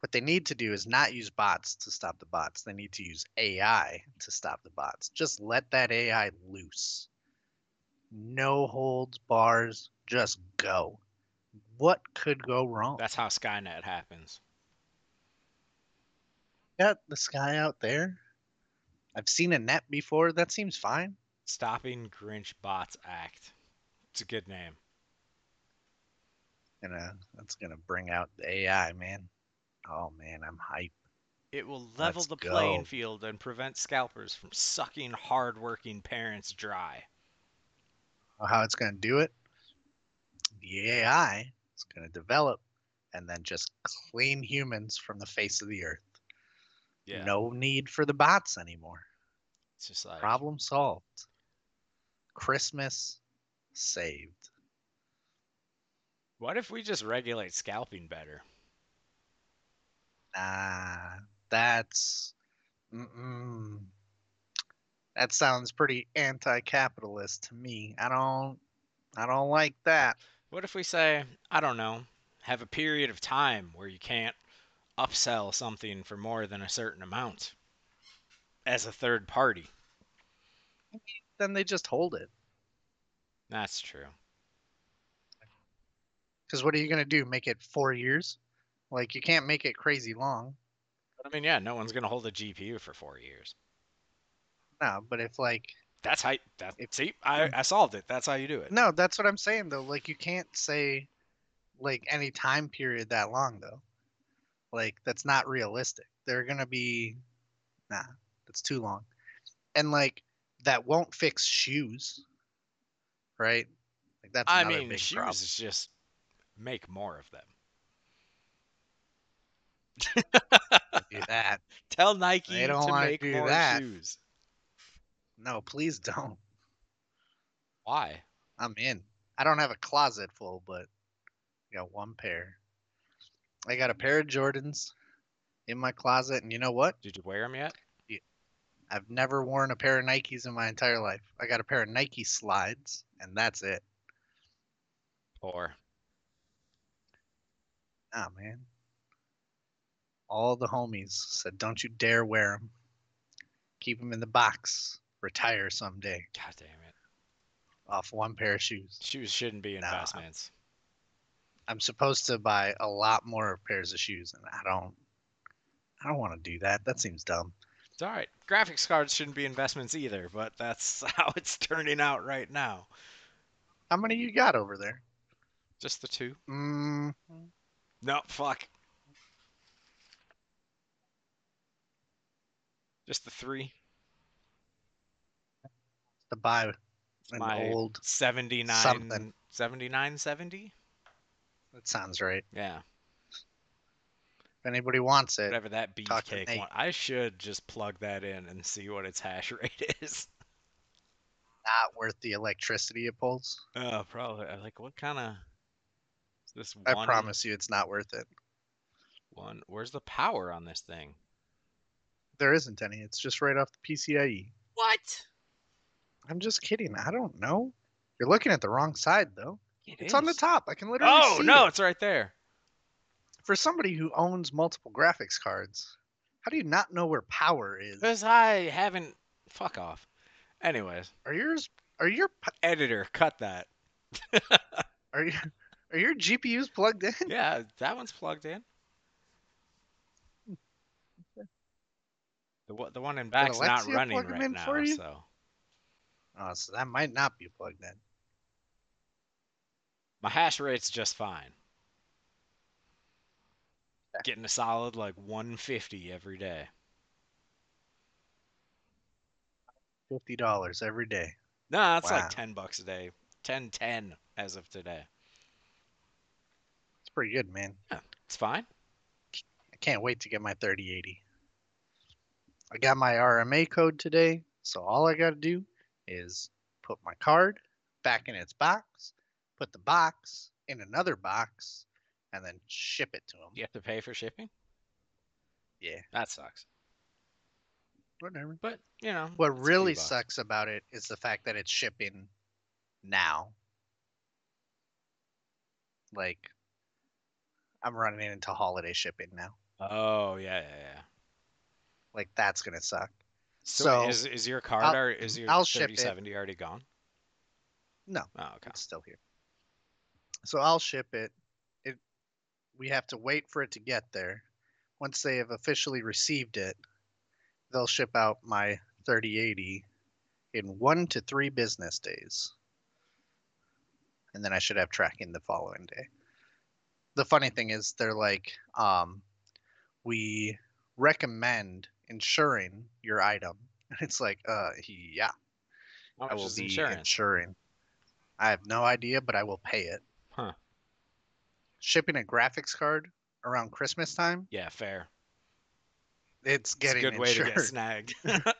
What they need to do is not use bots to stop the bots. They need to use AI to stop the bots. Just let that AI loose. No holds bars, just go. What could go wrong?
That's how Skynet happens.
got the sky out there. I've seen a net before. That seems fine.
Stopping Grinch Bots Act. It's a good name.
And uh, that's gonna bring out the AI, man. Oh man, I'm hype.
It will level
Let's
the
go.
playing field and prevent scalpers from sucking hardworking parents dry.
Know How it's gonna do it? The AI is gonna develop and then just clean humans from the face of the earth. No need for the bots anymore.
It's just like
Problem solved. Christmas saved.
what if we just regulate scalping better?
Ah, that's. Mm-mm. That sounds pretty anti-capitalist to me. I don't. I don't like that.
What if we say, I don't know, have a period of time where you can't upsell something for more than a certain amount as a third party?
Then they just hold it.
That's true.
Because what are you gonna do? Make it four years? Like you can't make it crazy long.
But I mean, yeah, no one's gonna hold a GPU for four years.
No, but if like
That's how. That
If-
see, I, I solved it. That's how you do it.
no, that's what I'm saying though. Like you can't say like any time period that long though. Like that's not realistic. They're gonna be nah, that's too long. And like that won't fix shoes. Right? Like that's
I
another
mean,
big
shoes
problem.
is just make more of them.
Do that.
Tell Nike
They don't
to
wanna
make
do
more
that.
shoes.
No, please don't.
Why?
I'm in. I don't have a closet full, but I got one pair. I got a pair of Jordans in my closet, and you know what?
Did you wear them yet?
I've never worn a pair of Nikes in my entire life. I got a pair of Nike slides, and that's it.
Or
Ah, man. All the homies said, don't you dare wear them. Keep them in the box. Retire someday
God damn it,
off one pair of shoes.
shoes shouldn't be
Nah.
investments.
I'm supposed to buy a lot more pairs of shoes, and I don't. I don't want to do that. That seems dumb.
It's all right. Graphics cards shouldn't be investments either, but that's how it's turning out right now.
How many you got over there?
Just the two.
Mm,
No, fuck. Just the three.
to buy an
My-
old.
79
Something.
79 70?
That sounds right.
Yeah.
If anybody wants it,
Whatever that
Talk to
beefcake
Nate.
one. I should just plug that in and see what its hash rate is.
not worth the electricity it pulls.
Oh, probably. I'm Like what kind of this one?
I promise you, it's not worth it.
One. Where's the power on this thing?
There isn't any. It's just right off the PCIe.
What?
E. I'm just kidding. I don't know. You're looking at the wrong side though. it's on the top. I can literally
Oh
see
no,
it.
it's right there.
For somebody who owns multiple graphics cards, how do you not know where power is?
Cause I haven't. Fuck off. Anyways,
Are yours? Are your? p-
editor, cut that.
Are your? Are your GPUs plugged in?
Yeah, that one's plugged in. The one, the one in back's not
Alexia
running
plug 'em
right
in
now,
for you?
so
Oh, so that might not be plugged in.
My hash rate's just fine. Getting a solid like 150 every day.
Fifty dollars every day.
Nah, it's
Wow.
like 10 bucks a day. 10 10 as of today.
It's pretty good, man.
It's fine.
I can't wait to get my 3080. I got my RMA code today, so all I got to do is put my card back in its box, put the box in another box, and then ship it to them.
You have to pay for shipping?
Yeah.
That sucks.
Whatever.
But, you know,
What
it's a few
really
bucks.
sucks about it is the fact that it's shipping now. Like, I'm running into holiday shipping now.
Oh, yeah, yeah, yeah.
Like, that's going to suck.
So,
So,
is, is your card
I'll-
already, is your
I'll ship it.
3070 already gone?
No.
Oh, okay.
It's still here. So I'll ship it. It we have to wait for it to get there. Once they have officially received it, they'll ship out my 3080 in 1 to 3 business days. And then I should have tracking the following day. The funny thing is they're like um we recommend insuring your item. And it's like uh yeah.
How
I
much
will
is
be
insurance?
insuring. I have no idea, but I will pay it.
Huh.
Shipping a graphics card around Christmas time,
Yeah, fair.
it's getting
it's a good
insured.
way to get snagged.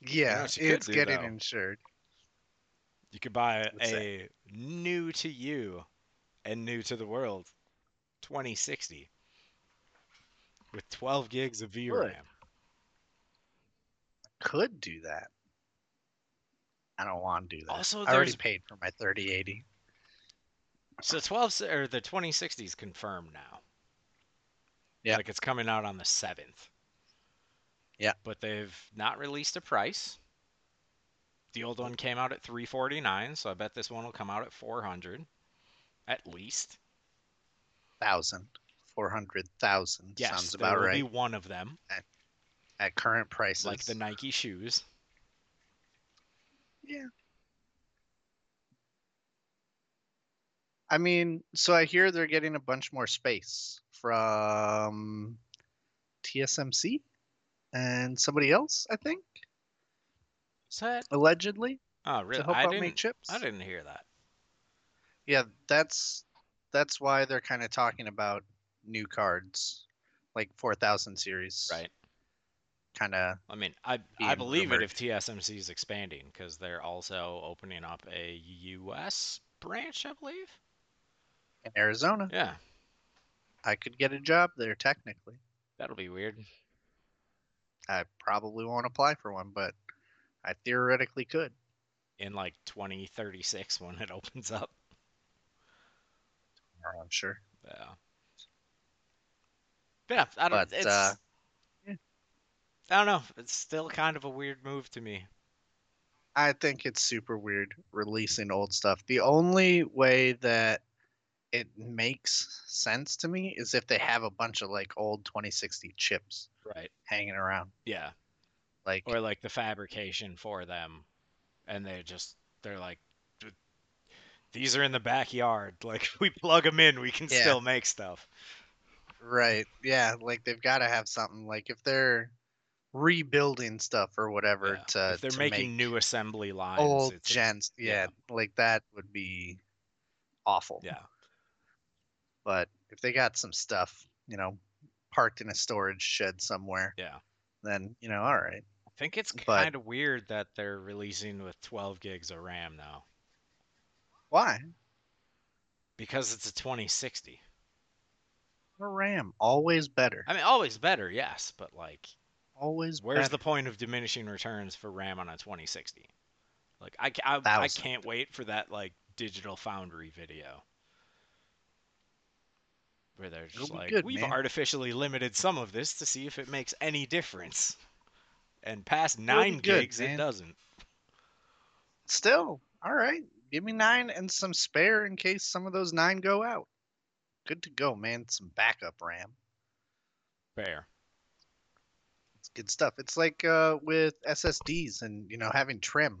yeah,
what you could
it's
do,
getting
though?
insured.
you could buy
What's that?
a new to you and new to the world 2060 with 12 gigs of VRAM.
Could do that. I don't want to do that.
Also,
I already
there's-
paid for my 3080.
So 12 s- or the 2060 is confirmed now.
Yeah.
Like it's coming out on the 7th.
Yeah.
But they've not released a price. The old one came out at 349, so I bet this one will come out at 400 at least.
Thousand. 400,000
Yes,
sounds
there
about
will be
right
one of them,
at current prices.
like the Nike shoes.
I mean, so I hear they're getting a bunch more space from TSMC and somebody else, I think,
Is that?
allegedly,
Oh, really?
to help
I
out
didn't.
make chips.
I didn't hear that.
Yeah, that's that's why they're kind of talking about new cards, like 4000 series.
Right.
Kind of.
I mean, I I
being
believe
rumored.
it if TSMC is expanding because they're also opening up a U.S. branch, I believe.
In Arizona,
Yeah,
I could get a job there technically.
that'll be weird.
I probably won't apply for one, but I theoretically could.
In like 2036 when it opens up.
I'm sure.
Yeah. Yeah, I don't.
But,
it's,
uh, yeah.
I don't know. It's still kind of a weird move to me.
I think it's super weird releasing old stuff. The only way that it makes sense to me is if they have a bunch of like old 2060 chips
Right.
hanging around.
Yeah.
Like,
or like the fabrication for them and they just they're like "D- these are in the backyard like if we plug them in we can
Yeah.
still make stuff
right. Yeah. Like they've got to have something. Like if they're rebuilding stuff or whatever
Yeah.
to.
if they're
uh, to
making
make
new assembly lines
old
it's a-
gens. Yeah, Like that would be awful.
yeah
But if they got some stuff, you know, parked in a storage shed somewhere,
yeah i
then, you know, all right.
think it's
But-
kind of weird that they're releasing with 12 gigs of ram now
Why?
because it's a 2060
A RAM, always better.
i mean always better yes but like
Always
where's
better.
the point of diminishing returns for ram on a 2060 like i, ca- I, I
Thousand.
can't wait for that like digital foundry video where they're just
It'll be
like
good,
we've
man."
artificially limited some of this to see if it makes any difference and past 9
be good,
gigs it
man.
doesn't
Still, all right. Give me nine and some spare in case some of those nine go out. Good to go, man. Some backup RAM.
fair
It's good stuff. It's like uh, with SSDs and you know having trim.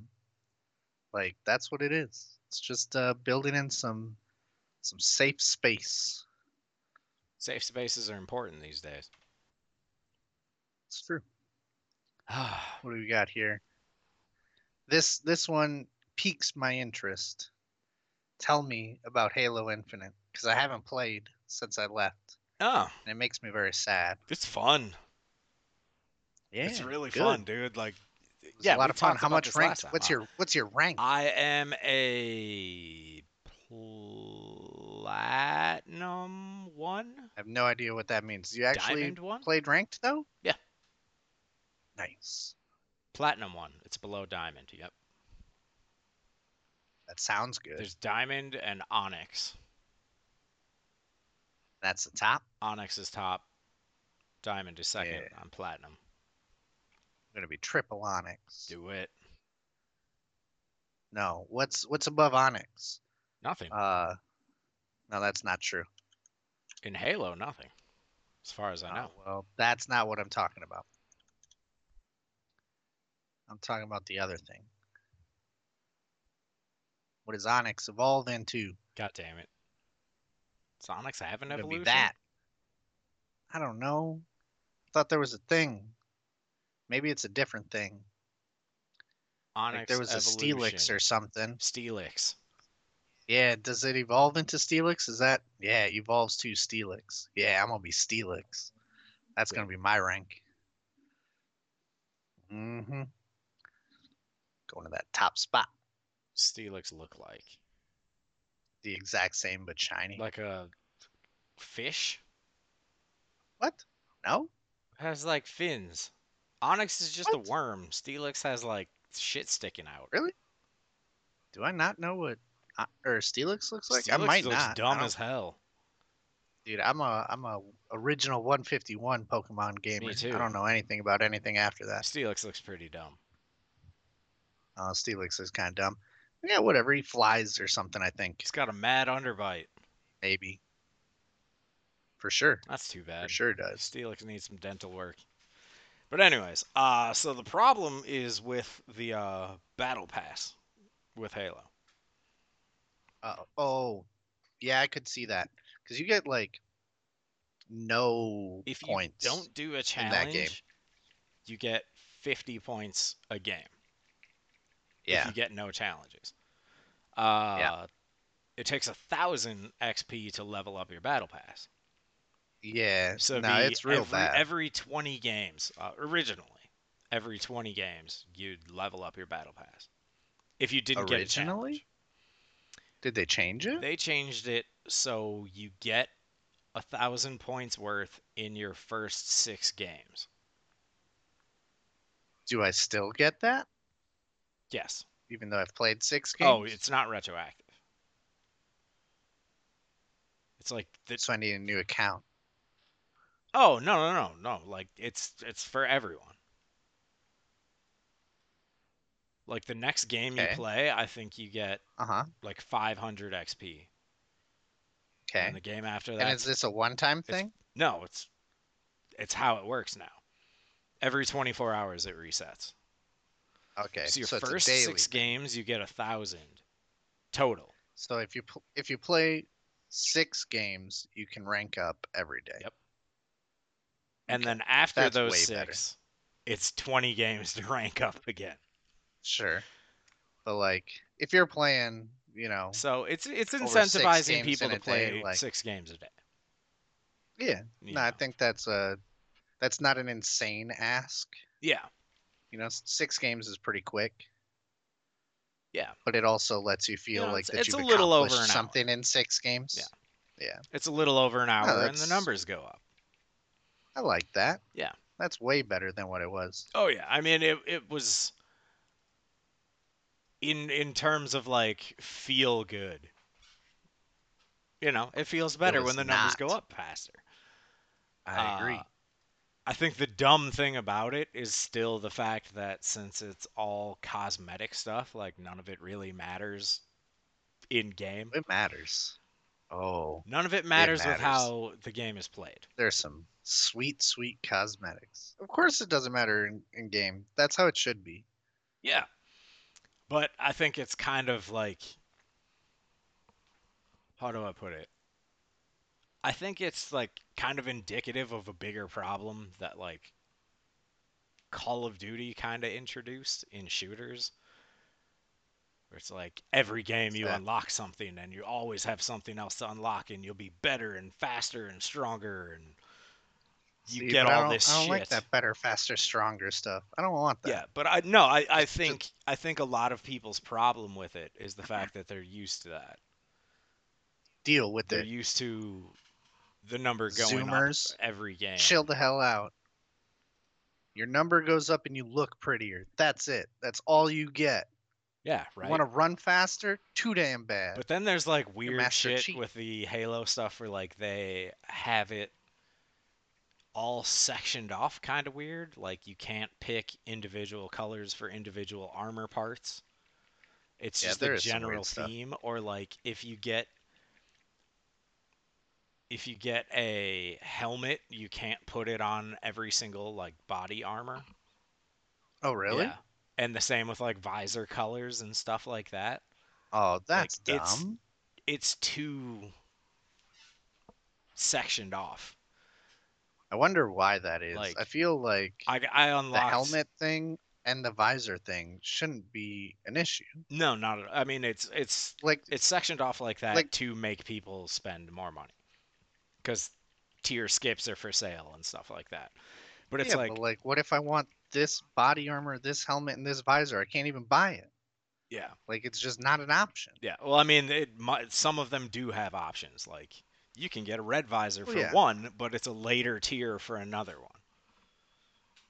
Like that's what it is. It's just uh, building in some some safe space.
Safe spaces are important these days.
It's true.
Ah.
What do we got here? This this one piques my interest. Tell me about Halo Infinite because I haven't played since I left,
oh,
and it makes me very sad.
it's fun.
Yeah,
it's really
good.
fun, dude. Like,
It was
yeah,
a lot
we
of fun.
talked
How
about
much
this
rank?
last time.
What's your what's your rank?
I am a platinum one,
I have no idea what that means. You actually
diamond one,
played ranked though?
Yeah.
Nice.
platinum one. It's below diamond. Yep.
That sounds good.
There's diamond and onyx.
That's the top.
Onyx is top. Diamond is second.
Yeah.
I'm platinum.
I'm gonna be triple onyx.
Do it.
No, what's what's above onyx?
Nothing
Uh, no, that's not true.
in Halo. Nothing, as far as I know.
Oh, well, that's not what I'm talking about. I'm talking about the other thing. What does onyx evolve into?
God damn it. Does onyx have an
Gonna
evolution?
Be that. I don't know. thought there was a thing. Maybe it's a different thing.
Onyx
Like there was
evolution.
a Steelix or something.
Steelix.
Yeah, does it evolve into Steelix? Is that yeah, it evolves to Steelix. Yeah, I'm gonna be Steelix. That's gonna be my rank. Mm-hmm. Going to that top spot.
Steelix look like
The exact same but shiny.
like a fish.
what? No?
Has like fins. Onyx is just
What?
a worm. Steelix has like shit sticking out.
Really? Do I not know what uh, or Steelix looks like? I
Steelix
might
looks
not. I
dumb
don't-
as hell.
dude, I'm a I'm a original 151 Pokemon gamer.
too.
I don't know anything about anything after that.
Steelix looks pretty dumb.
Uh, Steelix is kind of dumb. Yeah, whatever. He flies or something, I think.
He's got a mad underbite.
Maybe. For sure.
That's too bad.
For sure does.
Steelix needs some dental work. But anyways, uh, so the problem is with the uh, battle pass with Halo.
Uh, oh, yeah, I could see that because you get like no
If you
points.
don't do a
that game.
challenge, you get 50 points a game.
yeah,
If you get no challenges. Uh, It takes a thousand XP to level up your battle pass.
yeah.
So
So
it'd
no,
be
it's real
every,
bad.
Every 20 games, uh, originally, every 20 games, you'd level up your battle pass. If you didn't get a challenge.
Originally? Did they change it?
They changed it so you get a thousand points worth in your first six games.
Do I still get that,
Yes.
even though I've played six games?
Oh, it's not retroactive. It's like the,
so I need a new account.
oh no no no no like it's it's for everyone. Like the next game you
Okay.
play, I think you get
Uh huh.
like 500 XP,
Okay.
and the game after that
And is this a one-time
it's-
thing?
No, it's it's how it works now. Every 24 hours it resets.
Okay.
so your
so
first
it's a daily.
six games you get a thousand total.
So if you pl- if you play six games, you can rank up every day.
Yep. And
Okay,
then after
that's
those
way better.
six, it's 20 games to rank up again.
Sure. But like if you're playing, you know,
So it's it's
Over six
incentivizing
games in
people to
a day,
play
like-
six games a day.
yeah.
you
No, I
know.
think that's a that's not an insane ask.
Yeah.
You know, s- six games is pretty quick.
Yeah.
But it also lets you feel
know,
like
it's-
that
it's
you've
a little over
accomplished
an hour.
something in six games.
Yeah. It's a little over an hour and the
that's-
numbers go up.
I like that.
Yeah.
That's way better than what it was.
Oh yeah, I mean it. It was in in terms of like feel good. You know, it feels better when
was
the numbers go
not.
up faster.
I
Uh,
agree.
I think the dumb thing about it is still the fact that since it's all cosmetic stuff, like none of it really matters in game.
It matters. Oh,
None of it matters, with
matters.
how the game is played.
there's some sweet, sweet cosmetics. Of course, it doesn't matter in, in game. That's how it should be.
Yeah. But I think it's kind of like how do I put it? I think it's like kind of indicative of a bigger problem that like Call of Duty kind of introduced in shooters. Where it's like every game you
that?
unlock something and you always have something else to unlock and you'll be better and faster and stronger and you
See,
get
but I
all
don't-
this
I don't
shit.
like that better, faster, stronger stuff. I don't want that.
Yeah, but I no, I, I
It's just- Mm-hmm.
think I think a lot of people's problem with it is the fact that they're used to that.
Deal with
They're
it.
used to the number going
Zoomers.
up every game.
Chill the hell out. Your number goes up and you look prettier. That's it. That's all you get.
Yeah,
You
right.
want to run faster? Too damn bad.
But then there's like weird
Master
shit
Chief.
with the Halo stuff where like they have it all sectioned off kind of weird. Like you can't pick individual colors for individual armor parts. It's
Yeah,
just
there
the
is some weird
general
stuff.
theme or like if you get if you get a helmet, you can't put it on every single like body armor.
oh, really?
Yeah. And the same with like visor colors and stuff like that.
Oh, that's
it's-
dumb.
it's too sectioned off.
I wonder why that is.
like,
I feel like
I, I
the
unlocked
helmet thing and the visor thing shouldn't be an issue.
No, not. At, I mean, it's it's
Like,
it's sectioned off like that
Like-
to make people spend more money because tier skips are for sale and stuff like that. But it's
yeah,
like
but like, what if I want this body armor, this helmet, and this visor? I can't even buy it.
yeah,
Like, it's just not an option.
yeah. Well, I mean, it might, some of them do have options. Like you can get a red visor
Well,
for
yeah.
one, but it's a later tier for another one.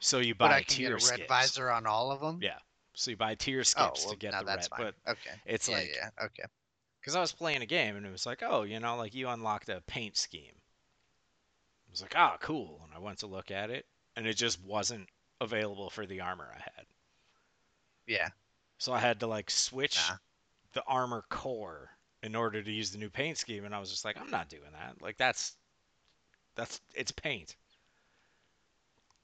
So you buy
but I can
tier
get a red
skips.
visor on all of them.
Yeah, So you buy tier
Oh,
skips
well,
to get
now
the
that's
red,
fine.
but
okay.
it's
yeah,
like
yeah. Okay.
because I was playing a game and it was like, oh, you know, like you unlocked a paint scheme. I was like, ah, cool. And I went to look at it, and it just wasn't available for the armor I had.
Yeah.
So I had to like switch
Nah.
the armor core in order to use the new paint scheme, and I was just like, I'm not doing that. Like that's that's it's paint.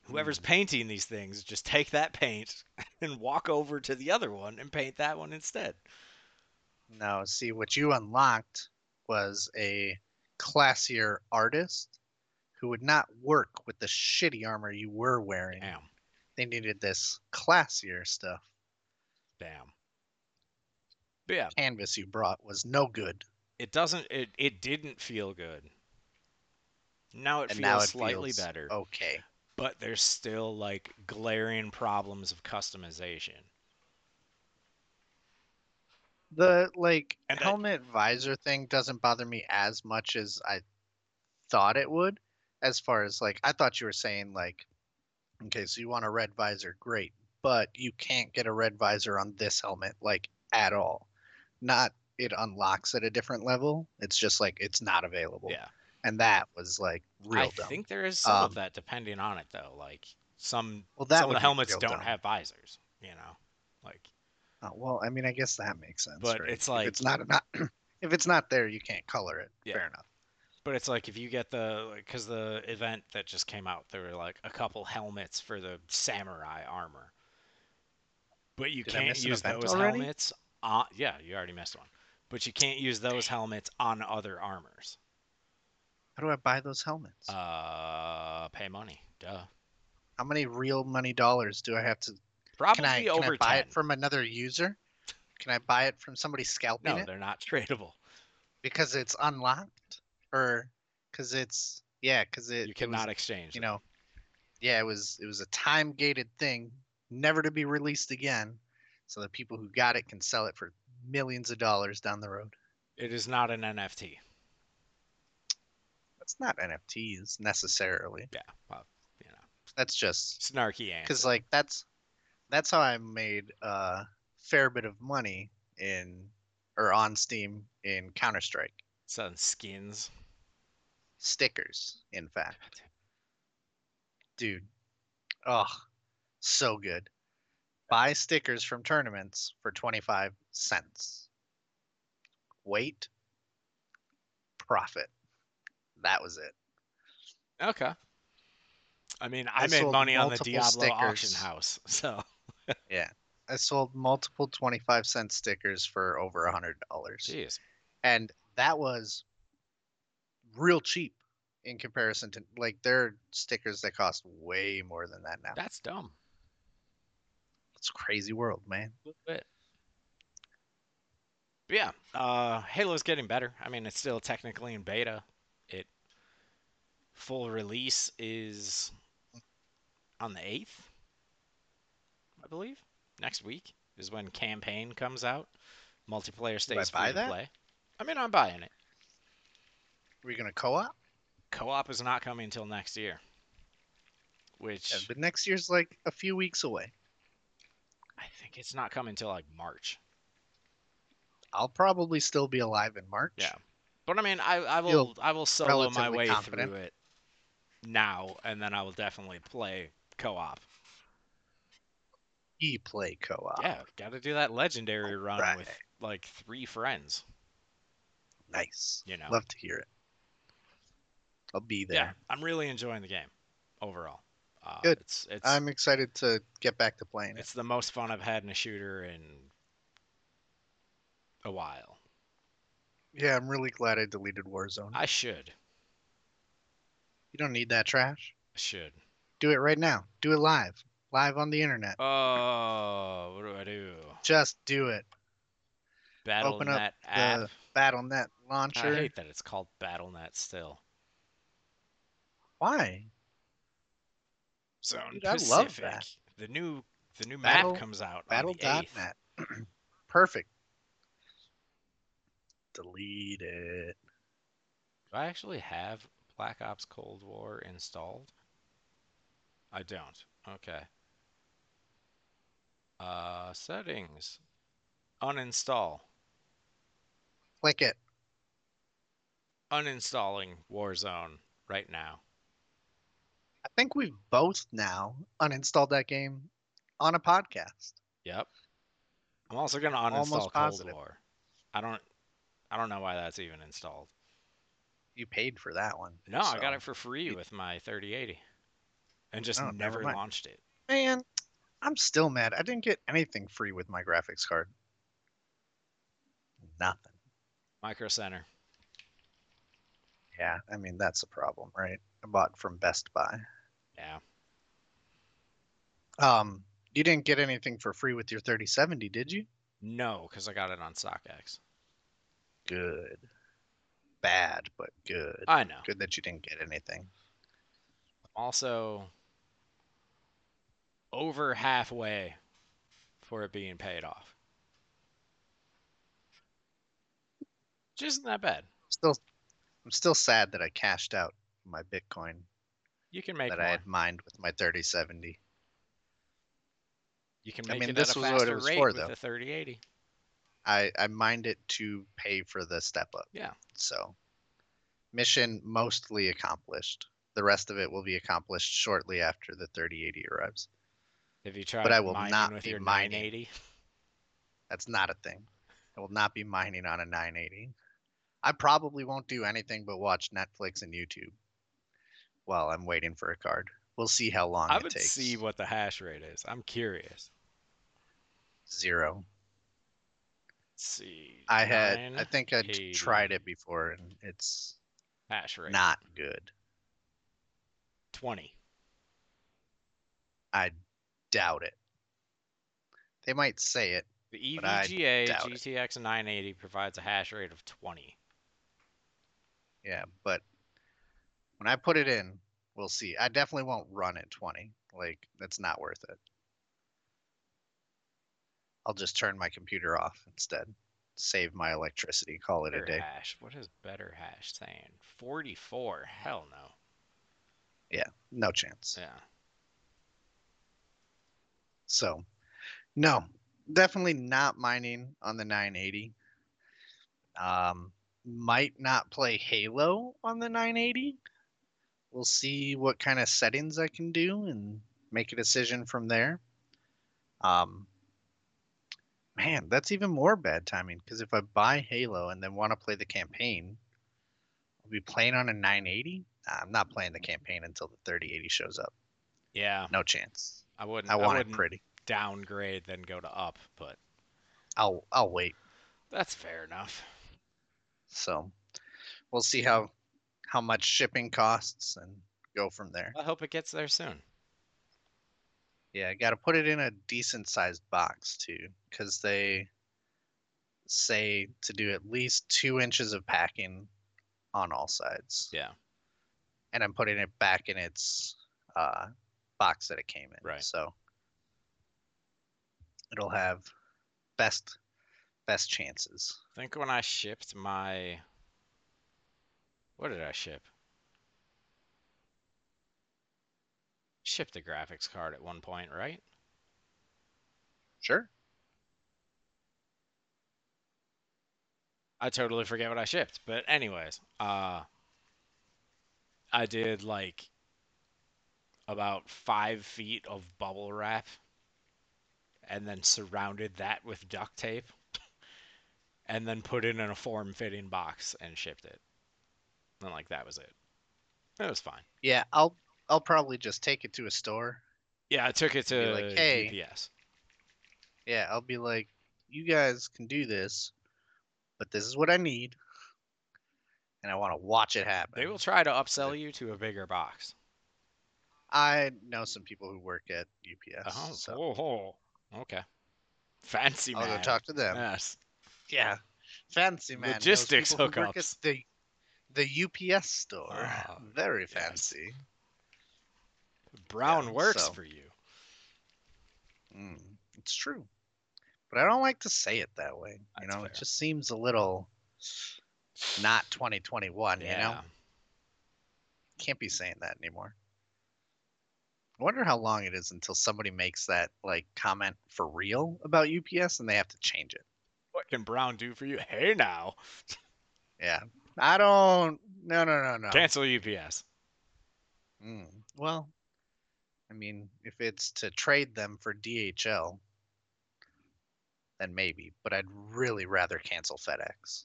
Whoever's painting these things, just take that paint and walk over to the other one and paint that one instead.
No, see, what you unlocked was a classier artist who would not work with the shitty armor you were wearing.
Damn,
They needed this classier stuff.
damn. But yeah,
Canvas you brought was no good.
it doesn't it, it didn't feel good now it
and
feels
now it
slightly
feels oh.
better
Okay.
but there's still like glaring problems of customization
The like
And I-
helmet visor thing doesn't bother me as much as I thought it would. As far as like, I thought you were saying like, okay, so you want a red visor, great, but you can't get a red visor on this helmet like at all. Not it unlocks at a different level. It's just like it's not available.
yeah
And that was like real
i
dumb.
think there is some
Um,
of that depending on it though like some
well, that
some of
would
the
be
helmets
real
don't
dumb.
have visors you know like
Oh, well, I mean, I guess that makes sense.
But
right?
it's
If
like-
it's not not if it's not there, you can't color it.
Yeah.
Fair enough.
but it's like if you get the because the event that just came out there were like a couple helmets for the samurai armor but you
Did I
can't
miss an
use
event
those
already?
helmets on yeah you already missed one but you can't use those helmets on other armors
How do I buy those helmets?
uh pay money duh
How many real money dollars do I have to? Can
probably
I, can
over
I buy
10.
it from another user? Can I buy it from somebody scalping
no
it
they're not tradable
because it's unlocked, or because it's yeah, because it
you
it was,
cannot exchange
you
them.
know, yeah, it was it was a time gated thing, never to be released again, so the people who got it can sell it for millions of dollars down the road.
it is not an nft
That's not NFTs necessarily.
yeah well you know
That's just
snarky answer
because like that's that's how I made a fair bit of money in or on Steam in Counter Strike
Some skins
stickers. In fact, dude, oh, so good. Buy stickers from tournaments for twenty five cents. Wait, profit. That was it.
Okay. I mean, I,
I
made
sold
money on the
multiple
Diablo auction
stickers.
house, so
I sold multiple twenty five cent stickers for over a hundred dollars.
jeez,
and that was real cheap in comparison to like there are stickers that cost way more than that now.
That's dumb.
It's a crazy world, man.
A little bit. But yeah, uh, Halo's getting better. I mean, it's still technically in beta. It full release is on the eighth, I believe. Next week is when campaign comes out. Multiplayer stays free
buy
to
that?
play. I mean, I'm buying it.
Are we gonna co-op?
Co-op is not coming until next year, which
Yeah, but next year's like a few weeks away.
I think it's not coming until like March.
I'll probably still be alive in March.
Yeah. But I mean, I, I will
Feel
I will solo my
relatively
way
confident.
through it now, and then I will definitely play co-op.
E play co-op.
Yeah, got to do that legendary run
Alright.
with like three friends.
Nice.
You know.
Love to hear it. I'll be there.
Yeah, I'm really enjoying the game overall. Uh,
Good.
It's it's
I'm excited to get back to playing it.
it's the most fun I've had in a shooter in a while.
Yeah, I'm really glad I deleted Warzone.
I should
You don't need that trash.
I should.
Do it right now. Do it live. Live on the internet.
Oh, what do I do?
Just do it.
Battle
Open up
Net app.
BattleNet
I
launcher.
hate that it's called BattleNet still.
Why?
Zone
Dude, I love
Pacific.
that.
The new the new
Battle-
map comes out on the 8th.
Battle.net. Perfect. Delete it.
Do I actually have Black Ops Cold War installed? I don't. Okay. Uh settings. Uninstall.
Click it.
Uninstalling Warzone right now.
I think we've both now uninstalled that game on a podcast.
Yep. I'm also gonna
Almost
uninstall Cold
positive.
War. I don't I don't know why that's even installed.
You paid for that one.
No, I got
so-
it for free
you-
with my 3080. And just
Oh, never
never
mind.
launched it.
Man, I'm still mad. I didn't get anything free with my graphics card. Nothing.
Micro Center.
Yeah, I mean that's a problem, right? I bought from Best Buy.
Yeah.
Um, you didn't get anything for free with your 3070, did you?
No, because I got it on StockX.
Good. Bad, but good.
I know.
Good that you didn't get anything.
Also, over halfway for it being paid off. Which isn't that bad.
Still, I'm still sad that I cashed out my Bitcoin
You can make
that
more.
I had mined with my 3070.
You can
I
make
mean,
it
this
at a
was what it
faster
was
rate
for,
with
though.
the 3080.
I I mined it to pay for the step up.
Yeah.
So, mission mostly accomplished. The rest of it will be accomplished shortly after the 3080 arrives.
If you try
I will
mining
not
with
be
your
mining.
980,
That's not a thing. I will not be mining on a 980. I probably won't do anything but watch Netflix and YouTube while I'm waiting for a card. We'll see how long
I
it
would
takes.
see what the hash rate is. I'm curious.
Zero.
Let's see.
I had. I
9
think I t- tried it before, and it's
hash rate.
not good.
20.
I doubt it. They might say it.
The E
But I
EVGA
doubt it.
GTX 980 provides a hash rate of 20.
Yeah, but when I put it in, we'll see. I definitely won't run at 20. Like, that's not worth it. I'll just turn my computer off instead. Save my electricity, call it a
Better
day.
hash. What is better hash saying? 44. Hell no.
No chance.
Yeah.
So, no, definitely not mining on the 980. Um, might not play Halo on the 980. We'll see what kind of settings I can do and make a decision from there. Um, man, that's even more bad timing because if I buy Halo and then want to play the campaign, I'll be playing on a 980. Nah, I'm not playing the campaign until the 3080 shows up.
Yeah.
No chance.
I wouldn't.
I want it
wouldn't
pretty.
downgrade then go to up, but
I'll I'll wait.
that's fair enough.
So we'll see how how much shipping costs and go from there.
I hope it gets there soon.
Yeah, got to put it in a decent sized box too, because they say to do at least two inches of packing on all sides.
Yeah.
And I'm putting it back in its uh, box that it came in.
Right.
So it'll have best best chances.
I think when I shipped my. What did I ship? Shipped a graphics card at one point, right?
Sure.
I totally forget what I shipped. But anyways, uh I did like about five feet of bubble wrap and then surrounded that with duct tape and then put it in a form fitting box and shipped it. And like that was it. It was fine.
Yeah, I'll I'll probably just take it to a store.
Yeah, I took it to
Be like, "Hey."
UPS.
Yeah, I'll be like, you guys can do this, but this is what I need, and I want to watch it happen.
They will try to upsell you to a bigger box.
I know some people who work at UPS,
Oh,
so
oh, oh. okay. Fancy
I'll
man.
go talk to them.
Yes.
Yeah, fancy man. knows
Logistics
people who work at
hookups.
The the UPS store,
Ah,
very
yes.
fancy.
Brown
Yeah,
works
so-
for you.
Mm, it's true, but I don't like to say it that way. you
That's
know, it
fair.
just seems a little not 2021. You know, can't be saying that anymore. I wonder how long it is until somebody makes that like comment for real about UPS and they have to change it.
What can Brown do for you? Hey now,
Yeah, I don't. No, no, no, no.
cancel UPS.
Mm. Well, I mean, if it's to trade them for DHL, then maybe. But I'd really rather cancel FedEx.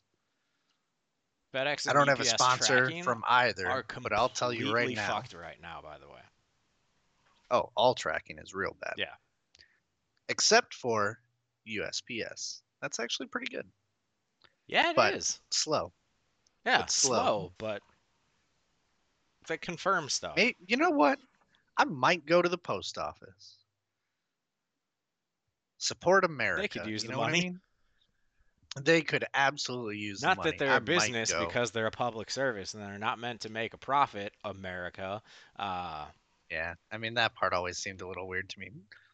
FedEx.
I
and
don't have a
UPS
sponsor
tracking
from either,
Are
but I'll tell you right
completely
now.
fucked right now. By the way,
Oh, all tracking is real bad.
Yeah.
Except for USPS. That's actually pretty good.
yeah, it is.
But- Slow.
Yeah,
it's
slow.
slow.
but they confirm stuff.
May you know what? I might go to the post office. Support America.
could use
you
the
know what I
money.
mean? They could absolutely use the
Not
money.
that they're
I
a
might
business
go.
because they're a public service and they're not meant to make a profit. America. Uh,
Yeah, I mean that part always seemed a little weird to me.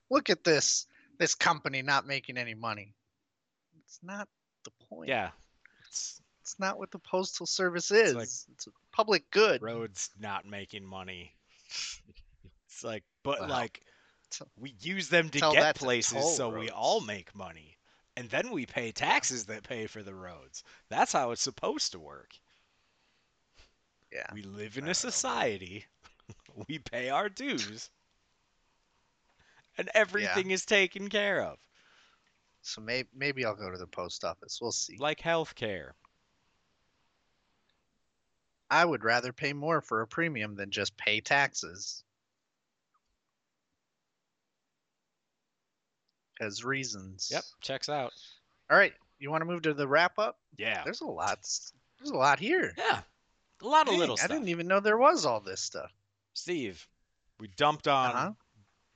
Look at this this company not making any money. It's not the point.
yeah, it's,
It's not what the postal service is.
like-
It's, a public good.
roads not making money. it's like, but
Well,
like,
tell-
we use them to
tell
get
that to
places
toll
so we
roads.
all make money, and then we pay taxes that pay for the roads. That's how it's supposed to work.
Yeah.
We live
I don't
in
know.
a society. we pay our dues, and everything is taken care of,
So maybe maybe I'll go to the post office. We'll see.
like healthcare.
I would rather pay more for a premium than just pay taxes. As reasons.
Yep, checks out.
All right. You want to move to the wrap up?
Yeah,
There's a lot. There's a lot here.
yeah, a lot of
Dang,
little
I
stuff.
didn't even know there was all this stuff.
Steve, we dumped on
Uh-huh.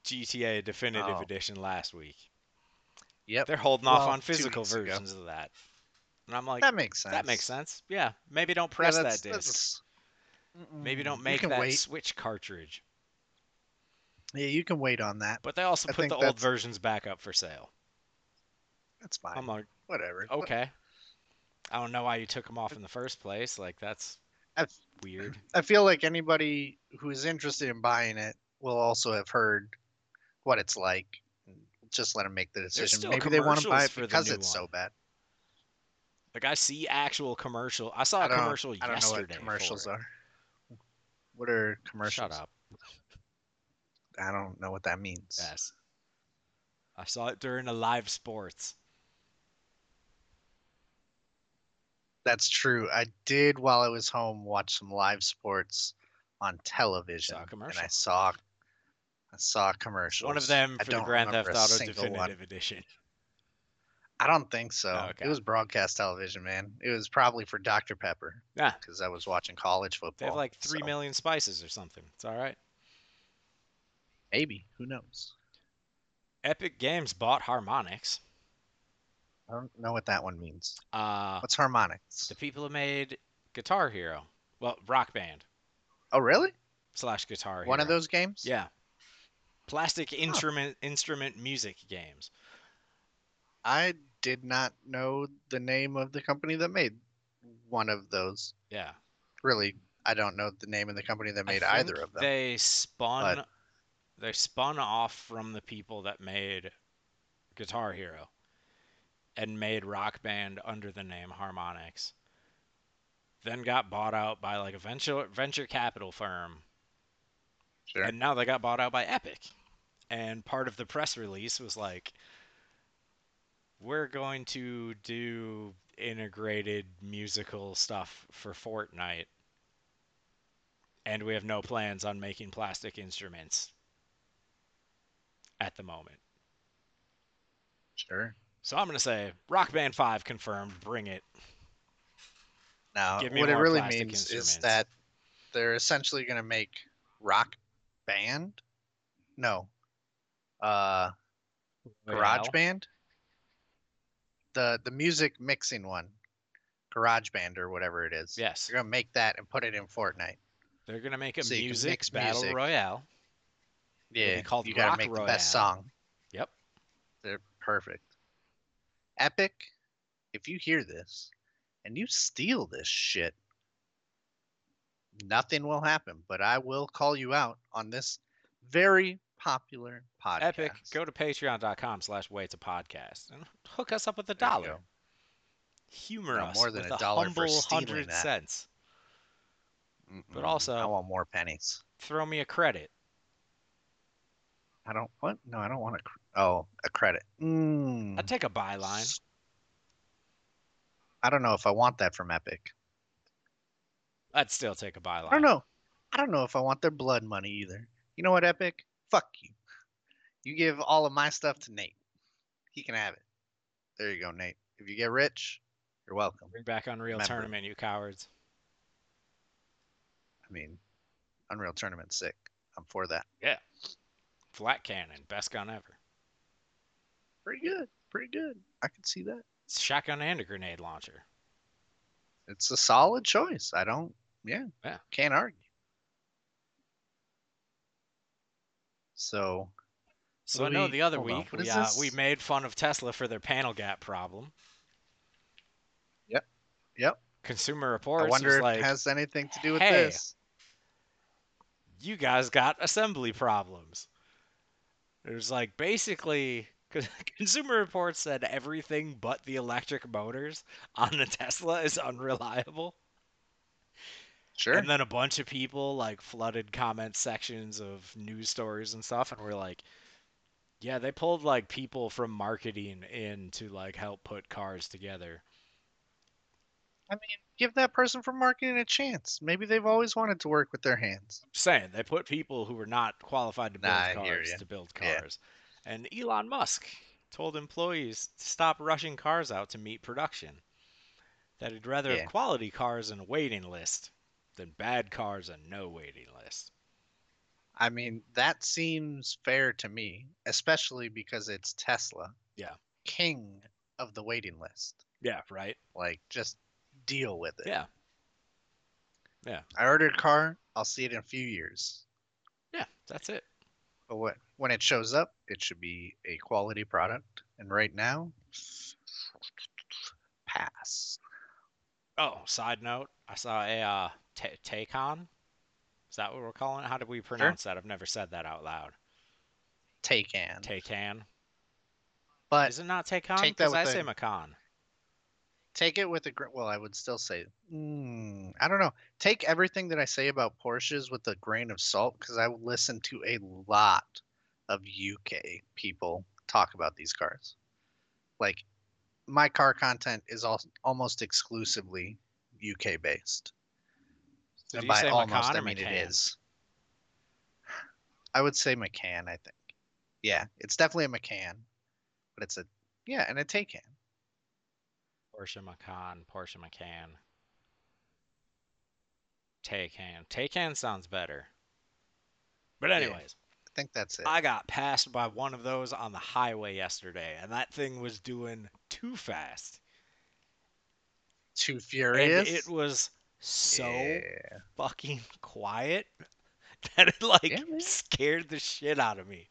GTA Definitive
Oh.
Edition last week.
Yep.
They're holding off
Well,
on
two
physical
weeks ago.
versions of that. And I'm like,
that makes sense.
that makes sense. Yeah, maybe don't press
yeah, that's-
that disc.
that's-
Maybe
Mm-mm.
don't
You
make
can
that
wait.
Switch cartridge.
Yeah, you can wait on that.
But they also
I
put
think
the old
that's-
versions back up for sale.
That's fine.
I'm like,
Whatever.
okay. I don't know why you took them off in the first place. Like that's
I-
weird.
I feel like anybody who is interested in buying it will also have heard what it's like. Just let them make the decision.
still
Maybe they want to buy
commercials
it
for the
because
new
it's so
one.
bad.
Like I see actual commercial. I saw
I
a
don't,
commercial
I don't know
yesterday.
what commercials
for it.
are. What are commercials?
Shut up.
I don't know what that means.
Yes. I saw it during a live sports.
That's true. I did while I was home watch some live sports on television, and I
commercial.
saw I saw commercials.
One of them
I
for the
don't
Grand Theft
remember a
Auto
single
Definitive
one.
Edition.
I don't think so.
Oh, okay.
It was broadcast television, man. It was probably for Dr. Pepper.
Yeah.
Because I was watching college football.
They have like three
so
million spices or something. It's all right.
Maybe. Who knows?
Epic Games bought Harmonix.
I don't know what that one means.
Uh,
What's harmonics?
the people who made Guitar Hero, well, Rock Band
Oh, really?
slash Guitar Hero.
One of those games?
Yeah. Plastic instrument instrument music games.
I did not know the name of the company that made one of those.
Yeah.
Really, I don't know the name of the company that
I
made either
think
of them.
They spun they spun off from the people that made Guitar Hero and made Rock Band under the name Harmonix. Then got bought out by like a venture venture capital firm.
Sure.
And now they got bought out by Epic. And part of the press release was like we're going to do integrated musical stuff for Fortnite and we have no plans on making plastic instruments at the moment.
sure.
So I'm gonna say Rock Band Five confirmed. Bring it.
Now,
Give me
what it
more
really
plastic
means is
instruments.
that they're essentially going to make rock band? No. Uh, Garage Band? The the music mixing one. Garage Band or whatever it is.
Yes,
They're going to make that and put it in Fortnite.
they're gonna make a
So you can
music
mix
battle
music.
royale. be
Yeah,
called
you gotta
Rock
make the best
Royale.
song.
Yep.
They're perfect. Epic, if you hear this and you steal this shit, nothing will happen, but I will call you out on this very popular podcast.
Epic. Go to Patreon.com/slash Way to Podcast and hook us up with a
There you
dollar.
go.
Humor
No,
us
more than
with
a dollar for
humble
stealing
hundred
that.
cents. But
Mm-mm,
also-
I want more pennies.
Throw me a credit.
I don't what? No, I don't want a cr- oh, a credit. Mm,
I'd take a byline.
I don't know if I want that from Epic.
I'd still take a byline.
I don't know. I don't know if I want their blood money either. You know what, Epic? Fuck you. You give all of my stuff to Nate. He can have it. There you go, Nate. If you get rich, you're welcome.
Bring back Unreal
Remember.
Tournament, you cowards.
I mean, Unreal Tournament sick. I'm for that.
Flat cannon, best gun ever.
Pretty good. Pretty good. I can see that.
It's shotgun and a grenade launcher.
It's a solid choice. I don't. Yeah.
Yeah.
Can't argue. So
So
What
I know
we-
the other
hold on,
week
what
we,
is
uh,
this?
we made fun of Tesla for their panel gap problem.
Yep. Yep.
Consumer
I
Reports
wonder
was
if
like,
it has anything to do with
"Hey,
this.
you guys got assembly problems. It was like basically 'cause Consumer Reports said everything but the electric motors on the Tesla is unreliable.
Sure.
And then a bunch of people like flooded comment sections of news stories and stuff, and we're like, yeah, they pulled like people from marketing in to like help put cars together.
I mean, give that person from marketing a chance. Maybe they've always wanted to work with their hands.
Saying they put people who were not qualified to build
Nah, I hear
cars
ya.
to build
Yeah.
cars. And Elon Musk told employees to stop rushing cars out to meet production. That he'd rather
Yeah.
have quality cars and a waiting list than bad cars and no waiting list.
I mean, that seems fair to me, especially because it's Tesla.
Yeah.
King of the waiting list.
Yeah, right?
Like, just deal with it.
Yeah. Yeah.
I ordered a car. I'll see it in a few years.
Yeah, that's it.
But what, when it shows up, it should be a quality product. And right now, pass.
Oh, side note, I saw a uh, Ta Taycan. Is that what we're calling it? How do we pronounce that? I've never said that out loud.
Take and.
Taycan.
But
Is it not Taycan?
take that
Because I
with
say
a-
Macan.
take it with a gr Well, I would still say, mm, I don't know. Take everything that I say about Porsches with a grain of salt because I listen to a lot of UK people talk about these cars. Like, my car content is al- almost exclusively UK based.
So do
and
you
by
say
almost,
Macan
I
or
mean it
Macan?
is. I would say McCann, I think. Yeah, it's definitely a McCann, but it's a, yeah, and a Taycan.
Porsche Macan, Porsche Macan. Taycan. Taycan sounds better. But
Yeah.
anyways,
I think that's it.
I got passed by one of those on the highway yesterday, and that thing was doing too fast.
Too
And
furious.
it was so
Yeah.
fucking quiet that it like
Yeah, man.
scared the shit out of me.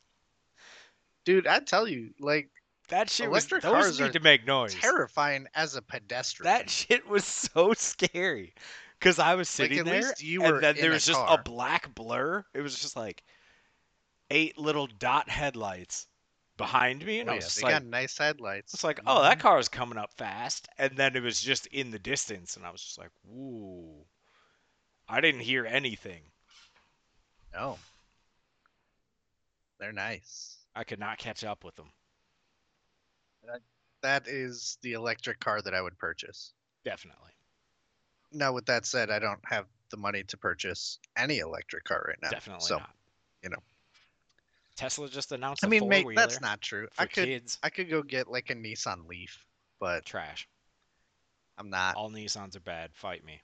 dude, I tell you, like
That shit
Electric
was those
cars
need
are
to make noise.
terrifying as a pedestrian.
Oh,
Oh,
That shit was so scary because I was
Like,
sitting
at
there
least you were
and then
in
there
a
was just
car.
a black blur. It was just like eight little dot headlights behind me, and
Oh,
I
yeah,
was just
they
like,
got mm-hmm. nice headlights.
It's like, oh, that car's coming up fast. And then it was just in the distance. And I was just like, whoa. I didn't hear anything.
Mm-hmm. No. They're nice.
I could not catch up with them.
That is the electric car that I would purchase.
Definitely.
Now, with that said, I don't have the money to purchase any electric car right now.
Definitely
So
not.
you know.
Tesla just announced
I
a
mean, mate,
four-wheeler
that's not true.
for
I could
kids.
I could go get like a Nissan Leaf, but
Trash.
I'm not.
All Nissans are bad. Fight me.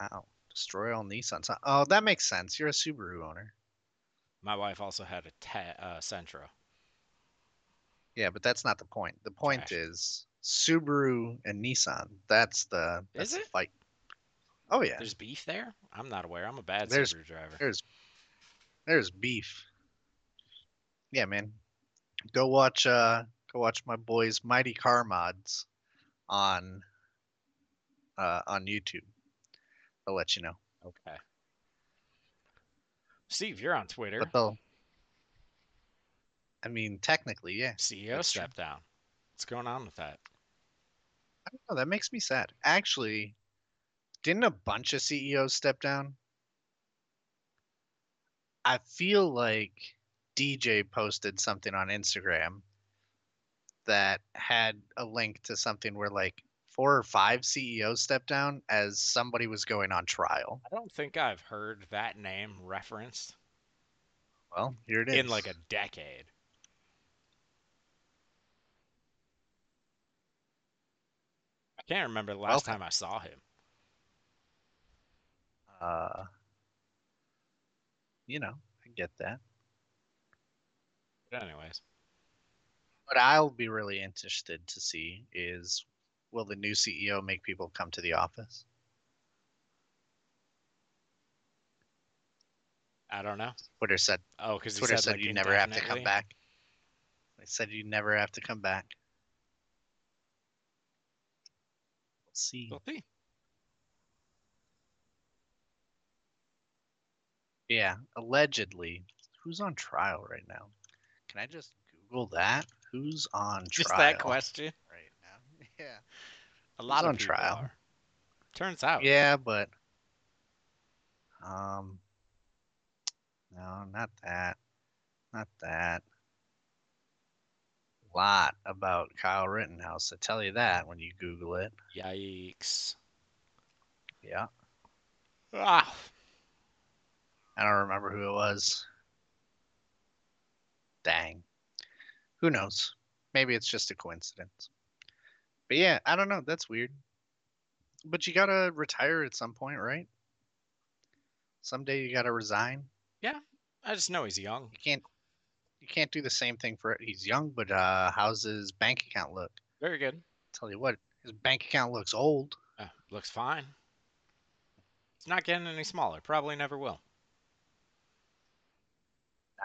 Wow. Destroy all Nissans. huh? Oh, that makes sense. You're a Subaru owner.
My wife also had a te- uh, Sentra.
Yeah, but that's not the point. The point
Trash.
is Subaru and Nissan. That's the that's
Is
the
it?
fight. Oh yeah.
There's beef there? I'm not aware. I'm a bad
There's-
Subaru driver.
There's there's beef. Yeah, man. Go watch uh go watch my boys Mighty Car Mods on uh on YouTube. They'll let you know.
Okay. Steve, you're on Twitter.
But they'll I mean technically, yeah.
CEO
that's true.
E step down. What's going on with that?
I don't know, Oh, that makes me sad. Actually, didn't a bunch of CEOs step down? I feel like DJ posted something on Instagram that had a link to something where like four or five CEOs stepped down as somebody was going on trial.
I don't think I've heard that name referenced
Well, here it is.
in like a decade. I can't remember the last
Well-
time I saw him.
uh, you know, I get that.
But anyways,
What I'll be really interested to see is will the new CEO make people come to the office?
I don't know.
Twitter said
Oh, because
Twitter said,
said, like,
you never have to
indefinitely?
come back. They said you never have to come back. We'll see.
We'll see.
Yeah, allegedly. Who's on trial right now? Can I just Google that? Who's on
Just
trial
that question.
right now? Yeah.
A lot
on
of people
trial.
are. Turns out,
Yeah, but um, no, not that, not that. Lot about Kyle Rittenhouse. I tell you that when you Google it.
yikes!
Yeah.
Ah,
I don't remember who it was. Dang. Who knows? Maybe it's just a coincidence. But yeah, I don't know. That's weird. But you gotta retire at some point, right? Someday you gotta resign.
I just know he's young.
You can't. You can't do the same thing for He's young, but uh, how's his bank account look?
Very good.
Tell you what, his bank account looks old.
Uh, looks fine. It's not getting any smaller. Probably never will.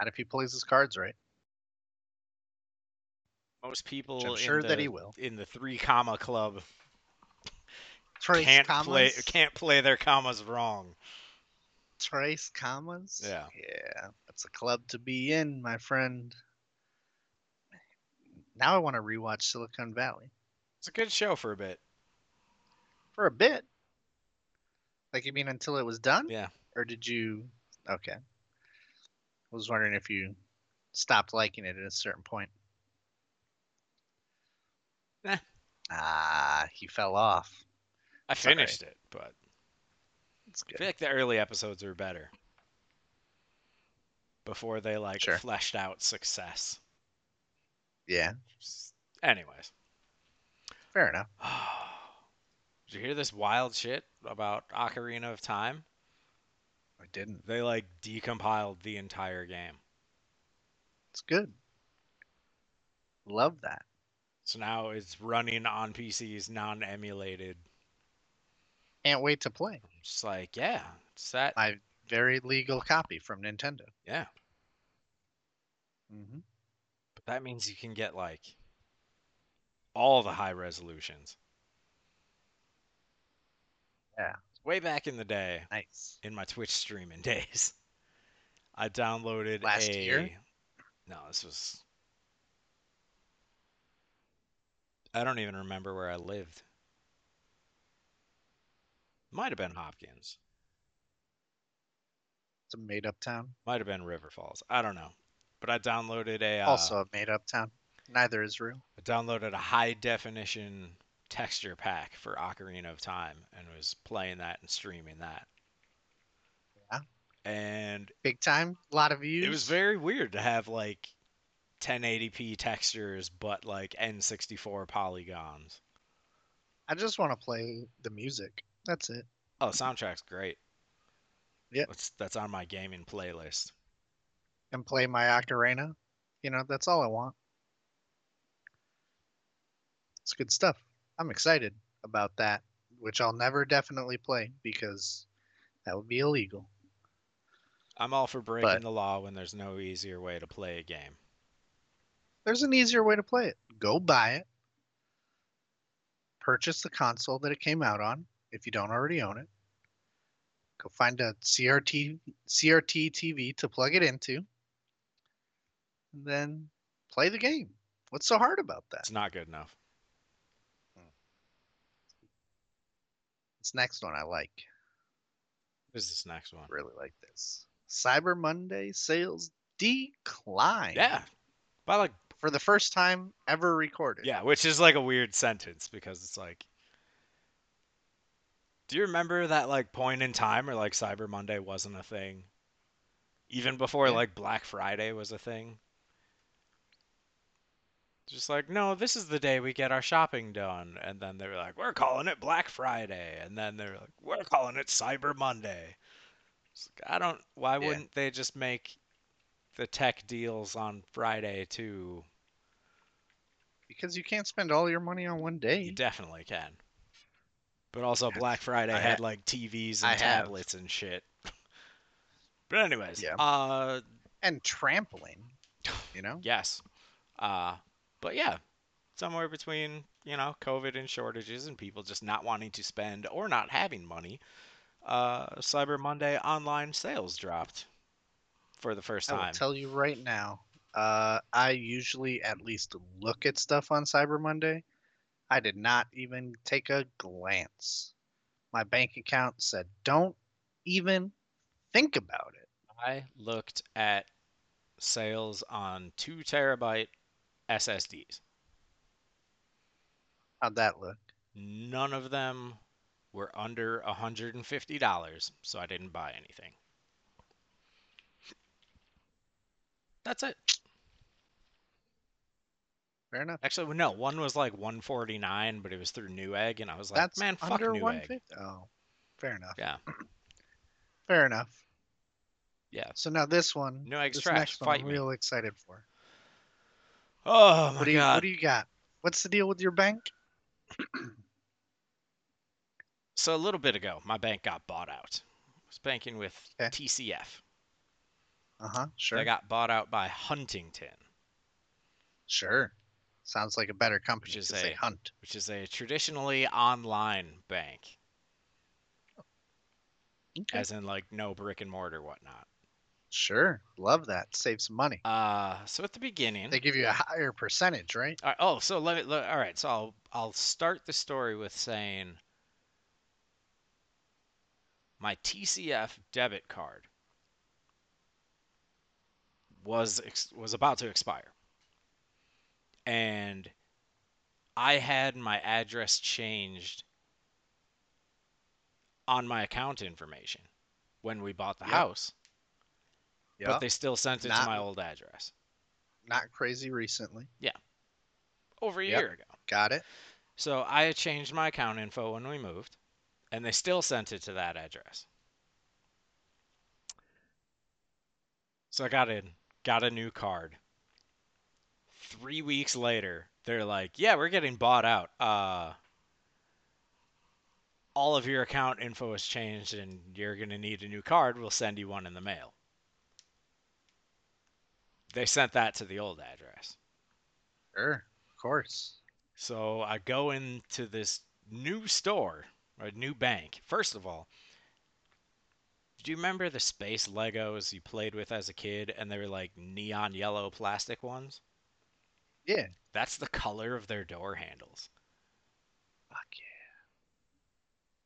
Not if he plays his cards right.
Most people,
I'm
in
sure that
the-
he will.
in the three comma club
Trace
can't play
commas?
can't play their commas wrong.
Trace Commas.
Yeah.
Yeah. That's a club to be in, my friend. Now I want to rewatch Silicon Valley
It's a good show for a bit.
for a bit. Like you mean until it was done?
Yeah.
Or did you Okay. I was wondering if you stopped liking it at a certain point.
Nah.
Ah, he fell off.
I
It's all right.
finished it, but
That's
I
good.
feel like the early episodes were better. Before they like
Sure.
fleshed out success.
Yeah.
Anyways.
Fair enough.
Did you hear this wild shit about Ocarina of Time?
I didn't.
They like decompiled the entire game.
It's good. Love that.
So now it's running on PCs, non emulated.
Can't wait to play.
Just like, yeah, it's that.
I- Very legal copy from Nintendo.
Yeah.
Mm-hmm.
But that means you can get like all the high resolutions.
Yeah.
Way back in the day,
Nice.
in my Twitch streaming days, I downloaded
Last
a.
year?
No, this was. I don't even remember where I lived. Might have been Hopkins.
It's a made up town.
Might have been River Falls. I don't know. But I downloaded a. Uh,
Also a made up town. Neither is real.
I downloaded a high definition texture pack for Ocarina of Time and was playing that and streaming that.
Yeah.
And
Big time. A lot of views.
it was very weird to have like 1080p textures but like N64 polygons.
I just want to play the music. That's it.
Oh, the soundtrack's great.
Yeah.
That's that's on my gaming playlist.
And play my ocarina. You know, that's all I want. It's good stuff. I'm excited about that, which I'll never definitely play because that would be illegal.
I'm all for breaking
But-
the law when there's no easier way to play a game.
There's an easier way to play it. Go buy it. Purchase the console that it came out on if you don't already own it. Go find a CRT CRT TV to plug it into. And then play the game. What's so hard about that?
It's not good enough.
This next one I like.
What is this next one?
Really like this. Cyber Monday sales decline.
Yeah. By like
For the first time ever recorded.
Yeah, which is like a weird sentence because it's like Do you remember that like point in time where like Cyber Monday wasn't a thing? Even before
Yeah.
like Black Friday was a thing? Just like, no, this is the day we get our shopping done. And then they were like, we're calling it Black Friday. And then they were like, we're calling it Cyber Monday. It's like, I don't, why
Yeah.
wouldn't they just make the tech deals on Friday too?
Because you can't spend all your money on one day.
You definitely can. But also
That's-
Black Friday
I
had
ha-
like TVs
I
and
have.
tablets and shit. But anyways,
Yeah.
uh
and trampling. You know?
yes. Uh but yeah, somewhere between, you know, COVID and shortages and people just not wanting to spend or not having money, uh Cyber Monday online sales dropped for the first
I
time.
will tell you right now. Uh, I usually at least look at stuff on Cyber Monday. I did not even take a glance. My bank account said, "Don't even think about it."
I looked at sales on 2 terabyte SSDs.
How'd that look?
None of them were under $150, so I didn't buy anything. That's it.
Fair enough.
Actually, no, one was like 149, but it was through Newegg, and I was like,
That's
man, fuck
under
Newegg.
150. Oh, fair enough.
Yeah.
Fair enough.
Yeah.
So now this one,
Newegg's
this
trash.
next one,
Fight
I'm
me.
real excited for.
Oh my
What do you? What
god.
do you got? What's the deal with your bank?
So a little bit ago, my bank got bought out. I was banking with
Okay.
TCF.
Uh huh. Sure.
They got bought out by Huntington,
sure. Sounds like a better company.
is
'cause they
a-
hunt.
which is a traditionally online bank,
Okay.
as in like no brick and mortar whatnot.
Sure. Love that. Save some money.
Uh, so at the beginning,
They give you a higher percentage, right?
All right, oh, so let me. Let, all right, so I'll I'll start the story with saying my TCF debit card was ex- was about to expire, and I had my address changed on my account information when we bought the
Yep.
house,
Yeah.
but they still sent it to
Not-
my old address
Not crazy recently.
over a
Yep.
year ago.
Got it.
So I had changed my account info when we moved, and they still sent it to that address. So I got in, got a new card. Three weeks later, they're like, "Yeah, we're getting bought out. Uh, all of your account info has changed, and you're gonna need a new card. We'll send you one in the mail." They sent that to the old address.
Sure, of course.
So I go into this new store, a new bank. First of all, do you remember the space Legos you played with as a kid and they were like neon yellow plastic ones?
Yeah.
That's the color of their door handles.
Fuck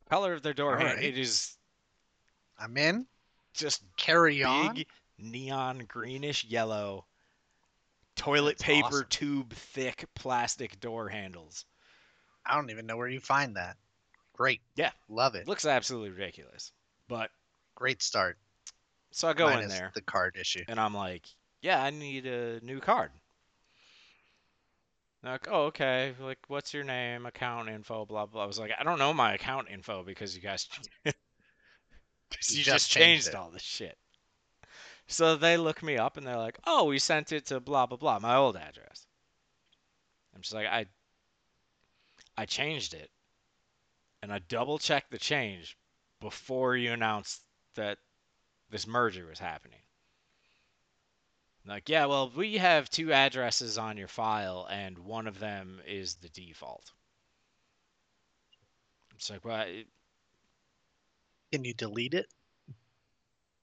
Color of their door
All
handle.
right.
It is
yeah. I'm in.
just
Carry on.
big neon greenish yellow toilet
That's
paper
awesome.
tube thick plastic door handles.
I don't even know where you find that. Great.
Yeah.
Love
It
it.
looks absolutely ridiculous. But
Great start.
so I go in
Minus
there.
The card issue.
And I'm like, yeah, I need a new card. They're Like, oh, okay. Like, what's your name, account info, blah, blah. I was like, I don't know my account info because you guys, 'cause
You
you
just
just
changed
changed
it.
all this shit. So they look me up and they're like, oh, we sent it to blah, blah, blah, my old address. I'm just like, I, I changed it and I double checked the change before you announced that this merger was happening. Like, yeah, well, we have two addresses on your file, and one of them is the default. It's like, why?
Can you delete it?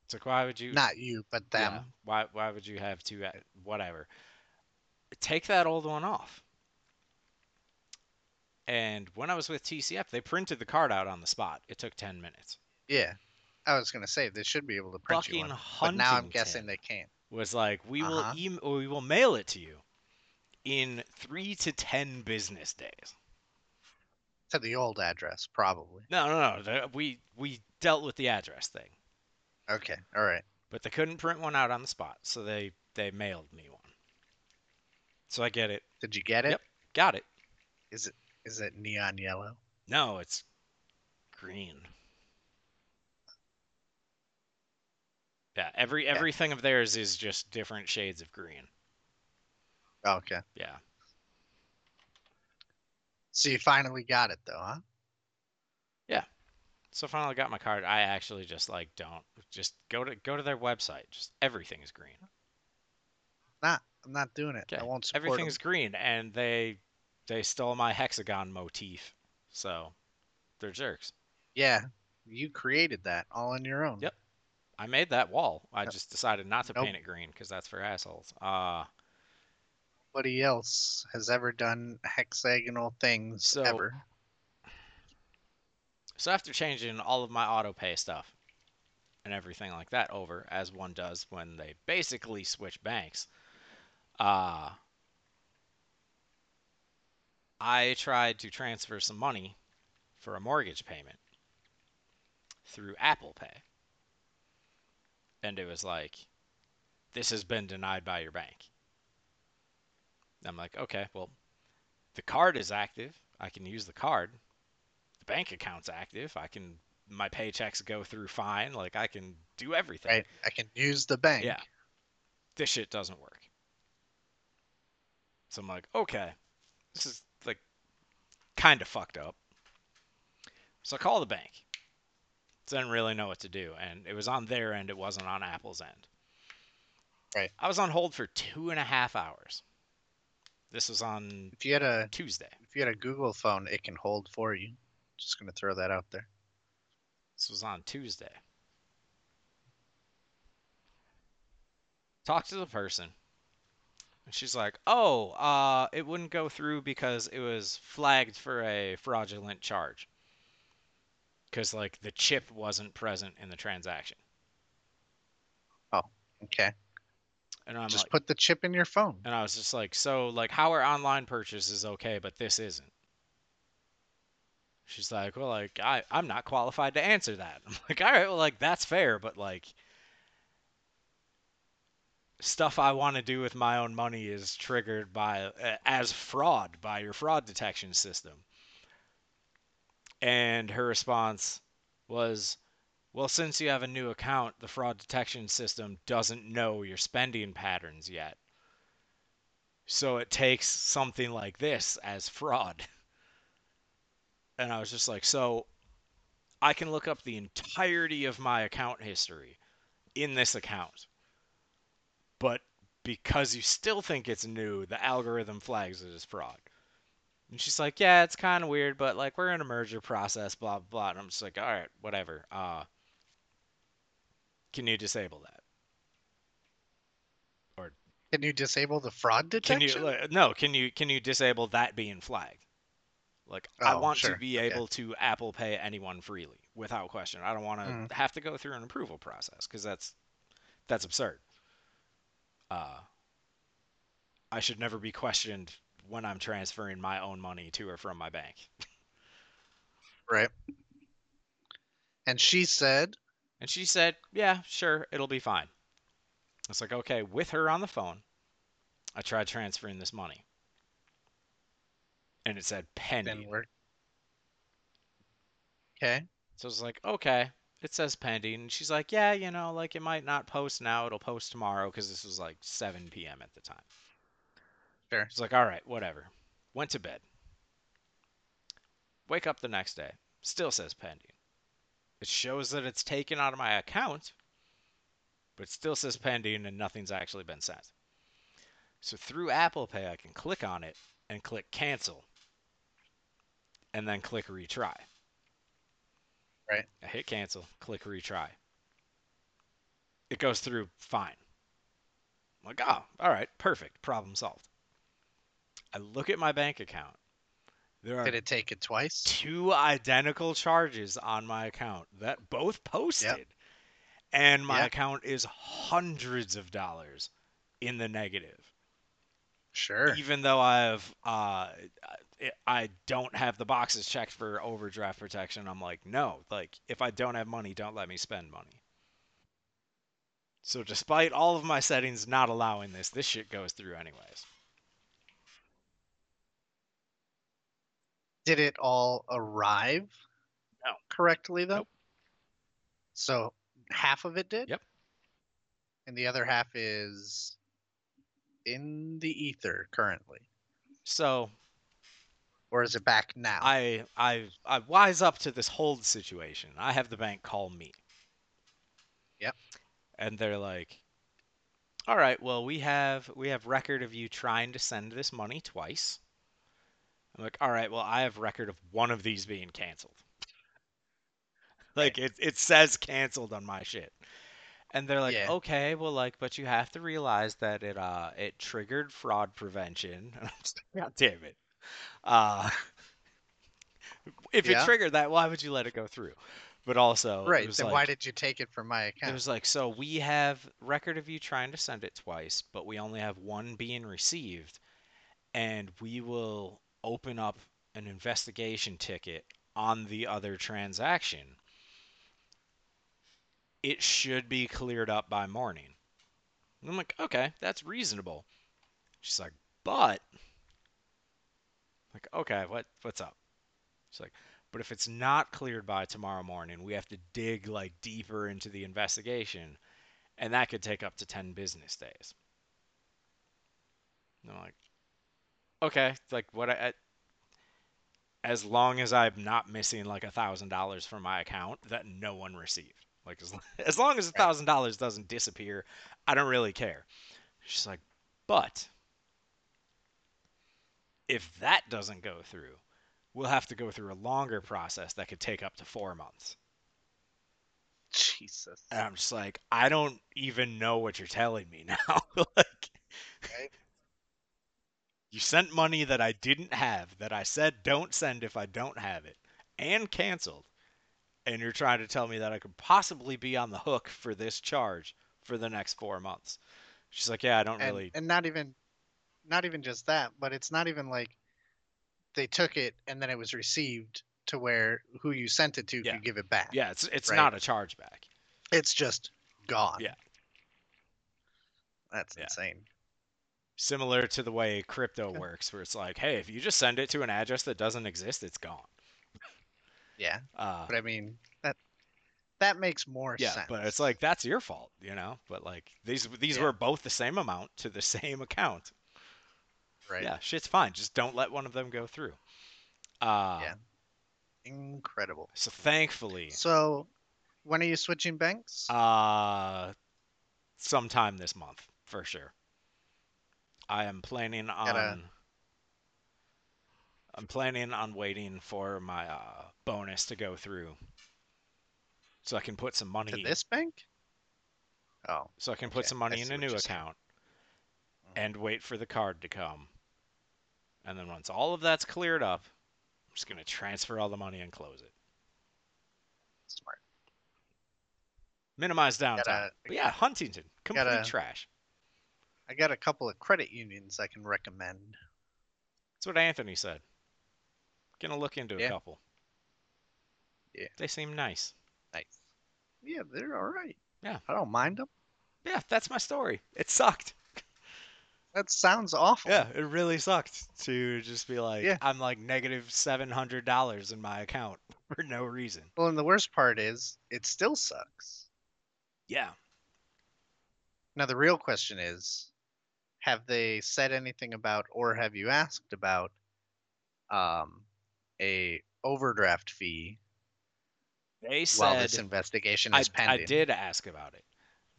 It's like, why would you?
Not you, but them.
Yeah, why? Why would you have two? a- Whatever. Take that old one off. And when I was with TCF, they printed the card out on the spot. It took ten minutes.
Yeah. I was gonna say they should be able to print you
Fucking
one, but now I'm
Huntington.
guessing they can't.
was like, we
Uh-huh.
will em- or we will mail it to you in three to ten business days.
To the old address, probably.
No, no, no. The, we we dealt with the address thing,
Okay. All right.
but they couldn't print one out on the spot, so they they mailed me one. So I get it,
Did you get it? Is
Yep. got it.
it neon yellow?
No, it's green. Yeah, every everything of theirs is just different shades of green.
okay.
Yeah.
So you finally got it though, huh?
So finally got my card. I actually just like don't just go to go to their website. Just everything is green.
Not. I'm not doing it. I
Okay,
won't support 'em.
Everything's green, and they they stole my hexagon motif, so they're jerks.
Yeah. You created that all on your own.
Yep. I made that wall. I
Yep.
just decided not to
Nope.
paint it green because that's for assholes. Uh,
Nobody else has ever done hexagonal things
So-
ever.
so after changing all of my auto pay stuff and everything like that over, as one does when they basically switch banks, uh, I tried to transfer some money for a mortgage payment through Apple Pay. And it was like, this has been denied by your bank. I'm like, okay, well, the card is active. I can use the card. The bank account's active. I can, my paychecks go through fine. Like, I can do everything.
Right. I can use the bank.
Yeah. This shit doesn't work. So I'm like, okay, this is like kind of fucked up. So I call the bank. Didn't really know what to do, and it was on their end. It wasn't on Apple's end.
Right.
I was on hold for two and a half hours. This was on
If you had a
Tuesday.
if you had a Google phone, it can hold for you. Just gonna throw that out there.
This was on Tuesday. Talk to the person. And she's like, oh, uh, it wouldn't go through because it was flagged for a fraudulent charge. Because, like, the chip wasn't present in the transaction.
Okay.
And I'm
Just
like,
put the chip in your phone.
and I was just like, so, like, how are online purchases okay, but this isn't? She's like, well, like, I, I'm not qualified to answer that. I'm like, all right, well, like, that's fair, but, like, stuff I want to do with my own money is triggered by, uh, as fraud by your fraud detection system. And her response was, well, since you have a new account, the fraud detection system doesn't know your spending patterns yet. So it takes something like this as fraud. And I was just like, so I can look up the entirety of my account history in this account. But because you still think it's new, the algorithm flags it as fraud. And she's like, yeah, it's kind of weird, but like we're in a merger process, blah, blah, blah. And I'm just like, all right, whatever. Uh, can you disable that? Or
Can you disable the fraud
can you
detection?
like, no? Can you can you disable that being flagged? Like I
Oh,
want
sure,
to be
okay.
able to Apple Pay anyone freely without question. I don't want to
Mm.
have to go through an approval process because that's that's absurd. Uh, I should never be questioned when I'm transferring my own money to or from my bank.
right. And she said,
And she said, Yeah, sure, it'll be fine. It's like, okay, with her on the phone, I tried transferring this money. And it said
didn't
pending.
work. Okay.
So I was like, okay, it says pending. And she's like, yeah, you know, like it might not post now, it'll post tomorrow because this was like 7 p.m. at the time.
Sure.
She's like, all right, whatever. Went to bed. Wake up the next day. Still says pending. It shows that it's taken out of my account, but it still says pending and nothing's actually been sent. So through Apple Pay, I can click on it and click cancel and then click retry.
Right.
I hit cancel, click retry. It goes through fine. I'm like, oh, all right, perfect. Problem solved. I look at my bank account. There are
Did it take it twice?
two identical charges on my account that both posted. And my
Yep.
account is hundreds of dollars in the negative.
Sure.
Even though I've uh I- I don't have the boxes checked for overdraft protection. I'm like, "No, like if I don't have money, don't let me spend money." So despite all of my settings not allowing this, this shit goes through anyways.
Did it all arrive?
No.
Correctly though.
Nope.
So half of it did.
Yep.
And the other half is in the ether currently,
So
or is it back now?
I I I wise up to this hold situation. I have the bank call me.
Yep.
And they're like, "All right, well, we have we have record of you trying to send this money twice." I'm like, "All right, well, I have record of one of these being canceled." like it it says canceled on my shit. And they're like,
Yeah.
"Okay, well, like, but you have to realize that it uh it triggered fraud prevention." And I'm just like, "God damn it." Uh if
Yeah.
it triggered that, why would you let it go through? But also, it
right.
was
Then
like,
why did you take it from my
it
account?
was like, so we have record of you trying to send it twice, but we only have one being received, and we will open up an investigation ticket on the other transaction. It should be cleared up by morning. And I'm like, okay, that's reasonable. She's like, but like, okay, what what's up? She's like, but if it's not cleared by tomorrow morning, we have to dig like deeper into the investigation, and that could take up to ten business days. And I'm like, okay, it's like what I, I as long as I'm not missing like a thousand dollars from my account that no one received. Like as, as long as a
Right.
thousand dollars doesn't disappear, I don't really care. She's like, but if that doesn't go through, we'll have to go through a longer process that could take up to four months.
Jesus.
And I'm just like, I don't even know what you're telling me now. like,
Right.
you sent money that I didn't have, that I said don't send if I don't have it, and canceled. And you're trying to tell me that I could possibly be on the hook for this charge for the next four months. She's like, Yeah, I don't
and,
really.
and not even, not even just that, but it's not even like they took it and then it was received to where who you sent it to
Yeah.
could give it back.
Yeah, it's, it's
Right.
not a chargeback.
It's just gone.
Yeah.
That's
Yeah.
insane.
similar to the way crypto works, where it's like, hey, if you just send it to an address that doesn't exist, it's gone.
Yeah,
Uh,
but I mean that that makes more
yeah,
sense.
but it's like that's your fault, you know. But like these these
Yeah.
were both the same amount to the same account.
right?
Yeah, shit's fine. Just don't let one of them go through. Uh,
Yeah. Incredible.
So thankfully,
So, when are you switching banks?
uh, sometime this month for sure. I am planning on.
Gotta-
I'm planning on waiting for my uh, bonus to go through, so I can put some money.
to this bank? Oh,
so I can put
Okay,
some
I
money in
see
a
what Uh-huh.
new
you're saying.
account and wait for the card to come. And then once all of that's cleared up, I'm just going to transfer all the money and close it.
smart.
Minimize downtime.
Gotta-
but yeah, Huntington, complete
gotta-
trash.
I got a couple of credit unions I can recommend.
That's what Anthony said. Going to look into a
Yeah.
couple.
Yeah.
They seem nice.
Nice. Yeah, they're all right.
Yeah.
I don't mind them.
Yeah, that's my story. It sucked.
That sounds awful.
Yeah, it really sucked to just be like,
Oh. Yeah.
I'm like negative $700 in my account for no reason.
Well, and the worst part is it still sucks.
Yeah.
Now the real question is, have they said anything about, or have you asked about, um, a overdraft fee
They
while
said
this investigation
I,
is pending?
I did ask about it.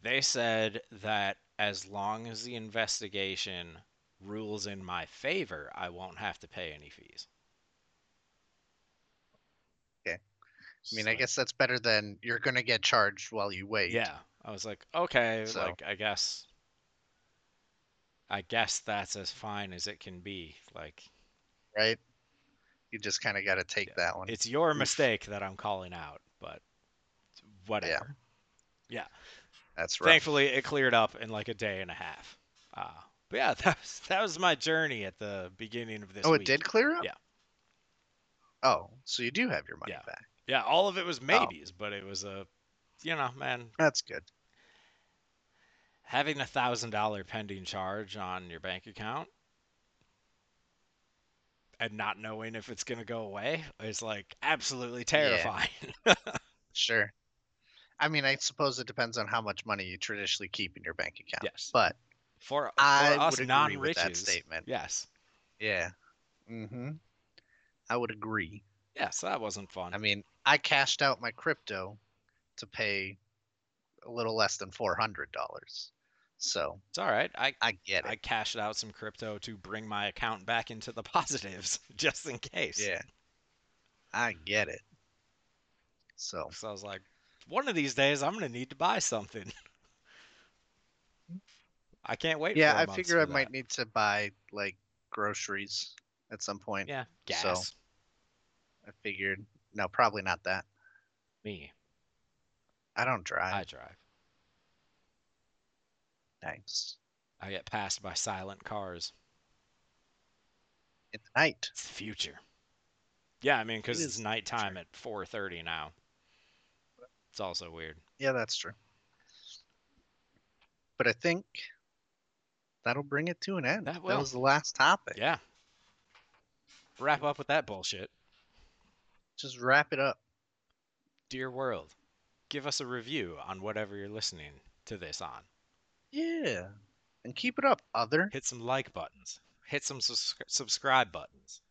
They said that as long as the investigation rules in my favor, I won't have to pay any fees.
Okay. I mean,
So-
I guess that's better than you're gonna get charged while you wait.
Yeah, I was like, okay,
So-
like I guess, I guess that's as fine as it can be. Like
Right. You just kind of got to take
Yeah.
that one.
it's your
Oof.
mistake that I'm calling out, but whatever.
That's right.
Thankfully, it cleared up in like a day and a half. Uh, but yeah, that was that was my journey at the beginning of this.
Oh, it
week.
did clear up.
Yeah.
Oh, so you do have your money
Yeah.
back.
Yeah, all of it was maybes, but it was a, you know, man,
That's good.
having a thousand dollar pending charge on your bank account and not knowing if it's gonna go away is like absolutely terrifying.
Sure. I mean, I suppose it depends on how much money you traditionally keep in your bank account.
Yes.
But
For, for
I
us
would agree with
non-riches,
that statement.
yes,
Yeah. Mm-hmm. I would agree.
yes, that wasn't fun.
I mean, I cashed out my crypto to pay a little less than four hundred dollars. So
it's all right. I
I get
I
it.
cashed out some crypto to bring my account back into the positives just in case.
yeah. I get it. So
So I was like, one of these days I'm gonna need to buy something. I can't wait.
yeah,
four
I
months
figure I
for
might
that.
need to buy like groceries at some point.
Yeah, gas.
so- I figured no, probably not that.
Me,
I don't drive.
I drive.
Thanks.
I get passed by silent cars.
In the night.
It's the future. Yeah, I mean, because
It
it's
is the
nighttime at 4:30 now. It's also weird.
Yeah, that's true. But I think that'll bring it to an end.
That
That,
will.
was the last topic.
Yeah. Wrap up with that bullshit.
Just wrap it up.
Dear world, give us a review on whatever you're listening to this on.
Yeah. And keep it up, other.
Hit some like buttons. Hit some sus- subscribe buttons.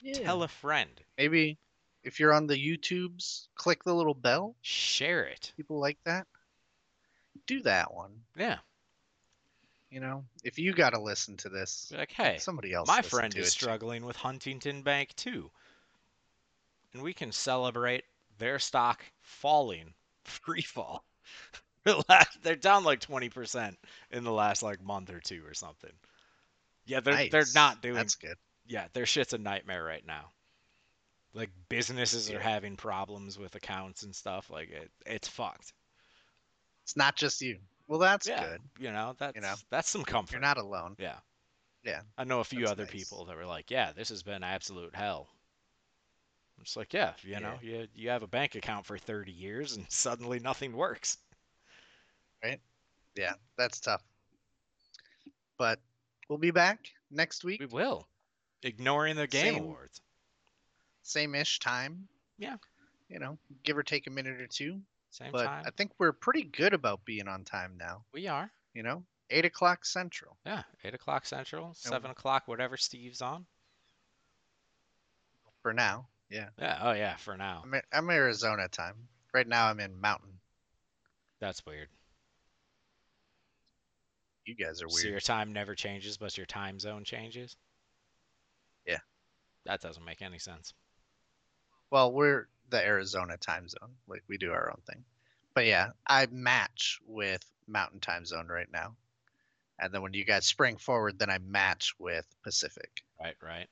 Yeah.
Tell a friend.
Maybe if you're on the YouTubes, click the little bell.
Share it.
People like that. Do that one.
Yeah.
You know, if you got to listen to this,
Be Like, hey,
somebody else.
My
listen
friend
to
is
it too.
struggling with Huntington Bank too. And we can celebrate their stock falling, free fall. The last- they're down like 20% in the last like month or two or something. Yeah, they're they're
Nice.
not doing
That's good.
yeah, their shit's a nightmare right now. Like businesses are
Yeah.
having problems with accounts and stuff like it it's fucked.
It's not just you. Well, that's
Yeah.
good.
You know, that's
know,
that's some comfort.
You're not alone.
yeah.
Yeah,
I know a few
that's
other
nice.
people that were like, "Yeah, this has been absolute hell." I'm just like, "Yeah, you know, you you have a bank account for 30 years and suddenly nothing works."
Yeah, that's tough. But we'll be back next week,
We will. Ignoring the game
Same-
awards.
same ish time.
Yeah.
You know, give or take a minute or two.
Same
but
time.
I think we're pretty good about being on time now.
we are.
You know, eight o'clock central.
Yeah. Eight o'clock central, seven o'clock, whatever Steve's on.
for now. Yeah,
Yeah. Oh yeah. For now.
I'm, I'm Arizona time. Right now, I'm in Mountain.
That's weird.
You guys are
So
weird.
your time never changes, but your time zone changes.
Yeah.
That doesn't make any sense.
Well, we're the Arizona time zone. Like we do our own thing. But yeah, I match with Mountain time zone right now. And then when you guys spring forward, then I match with Pacific.
Right. Right.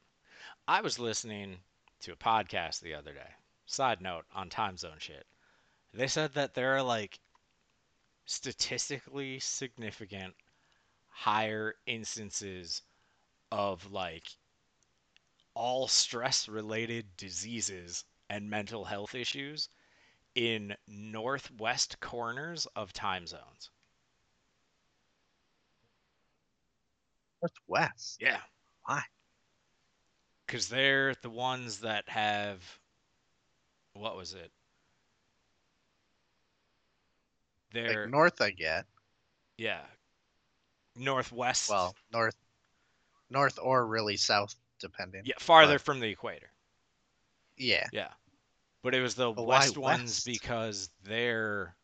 I was listening to a podcast the other day. Side note on time zone shit. They said that there are like statistically significant higher instances of like all stress related diseases and mental health issues in northwest corners of time zones.
Northwest.
Yeah.
Why?
Because they're the ones that have. What was it? They're.
Like north, I get.
yeah. Northwest.
Well, north, north or really south, depending.
yeah, farther
but-
from the equator.
Yeah.
Yeah. But it was the
But why
west ones
west?
because they're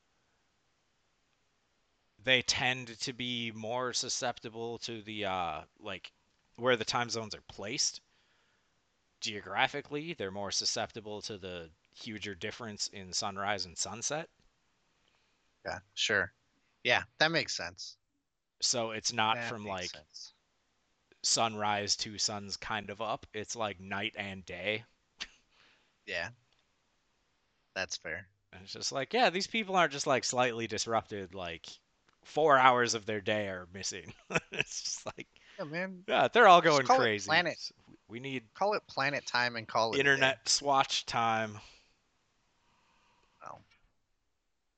they tend to be more susceptible to the uh like where the time zones are placed geographically, they're more susceptible to the huger difference in sunrise and sunset.
Yeah. Sure. Yeah, that makes sense.
So it's not
That
from
makes
like
sense.
sunrise to sun's kind of up. It's like night and day.
Yeah. That's fair.
And it's just like, yeah, these people aren't just like slightly disrupted, like four hours of their day are missing. it's just like,
Yeah, man.
yeah, they're all
Just
going
call it
crazy.
planet.
S- We need
Call it planet time and call it a day.
internet swatch time.
Well.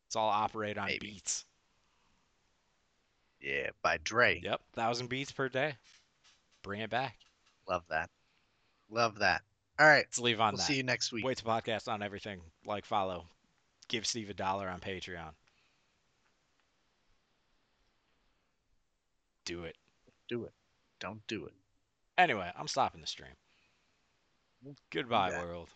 It's all operate on
Maybe.
beats.
Yeah, by Dre.
Yep, thousand beats per day. Bring it back.
Love that. Love that. All right.
Let's leave on
We'll
that.
see you next week.
Wait to podcast on everything. Like, follow. Give Steve a dollar on Patreon. Do it.
Do it. Don't do it.
Anyway, I'm stopping the stream. Goodbye,
that.
world.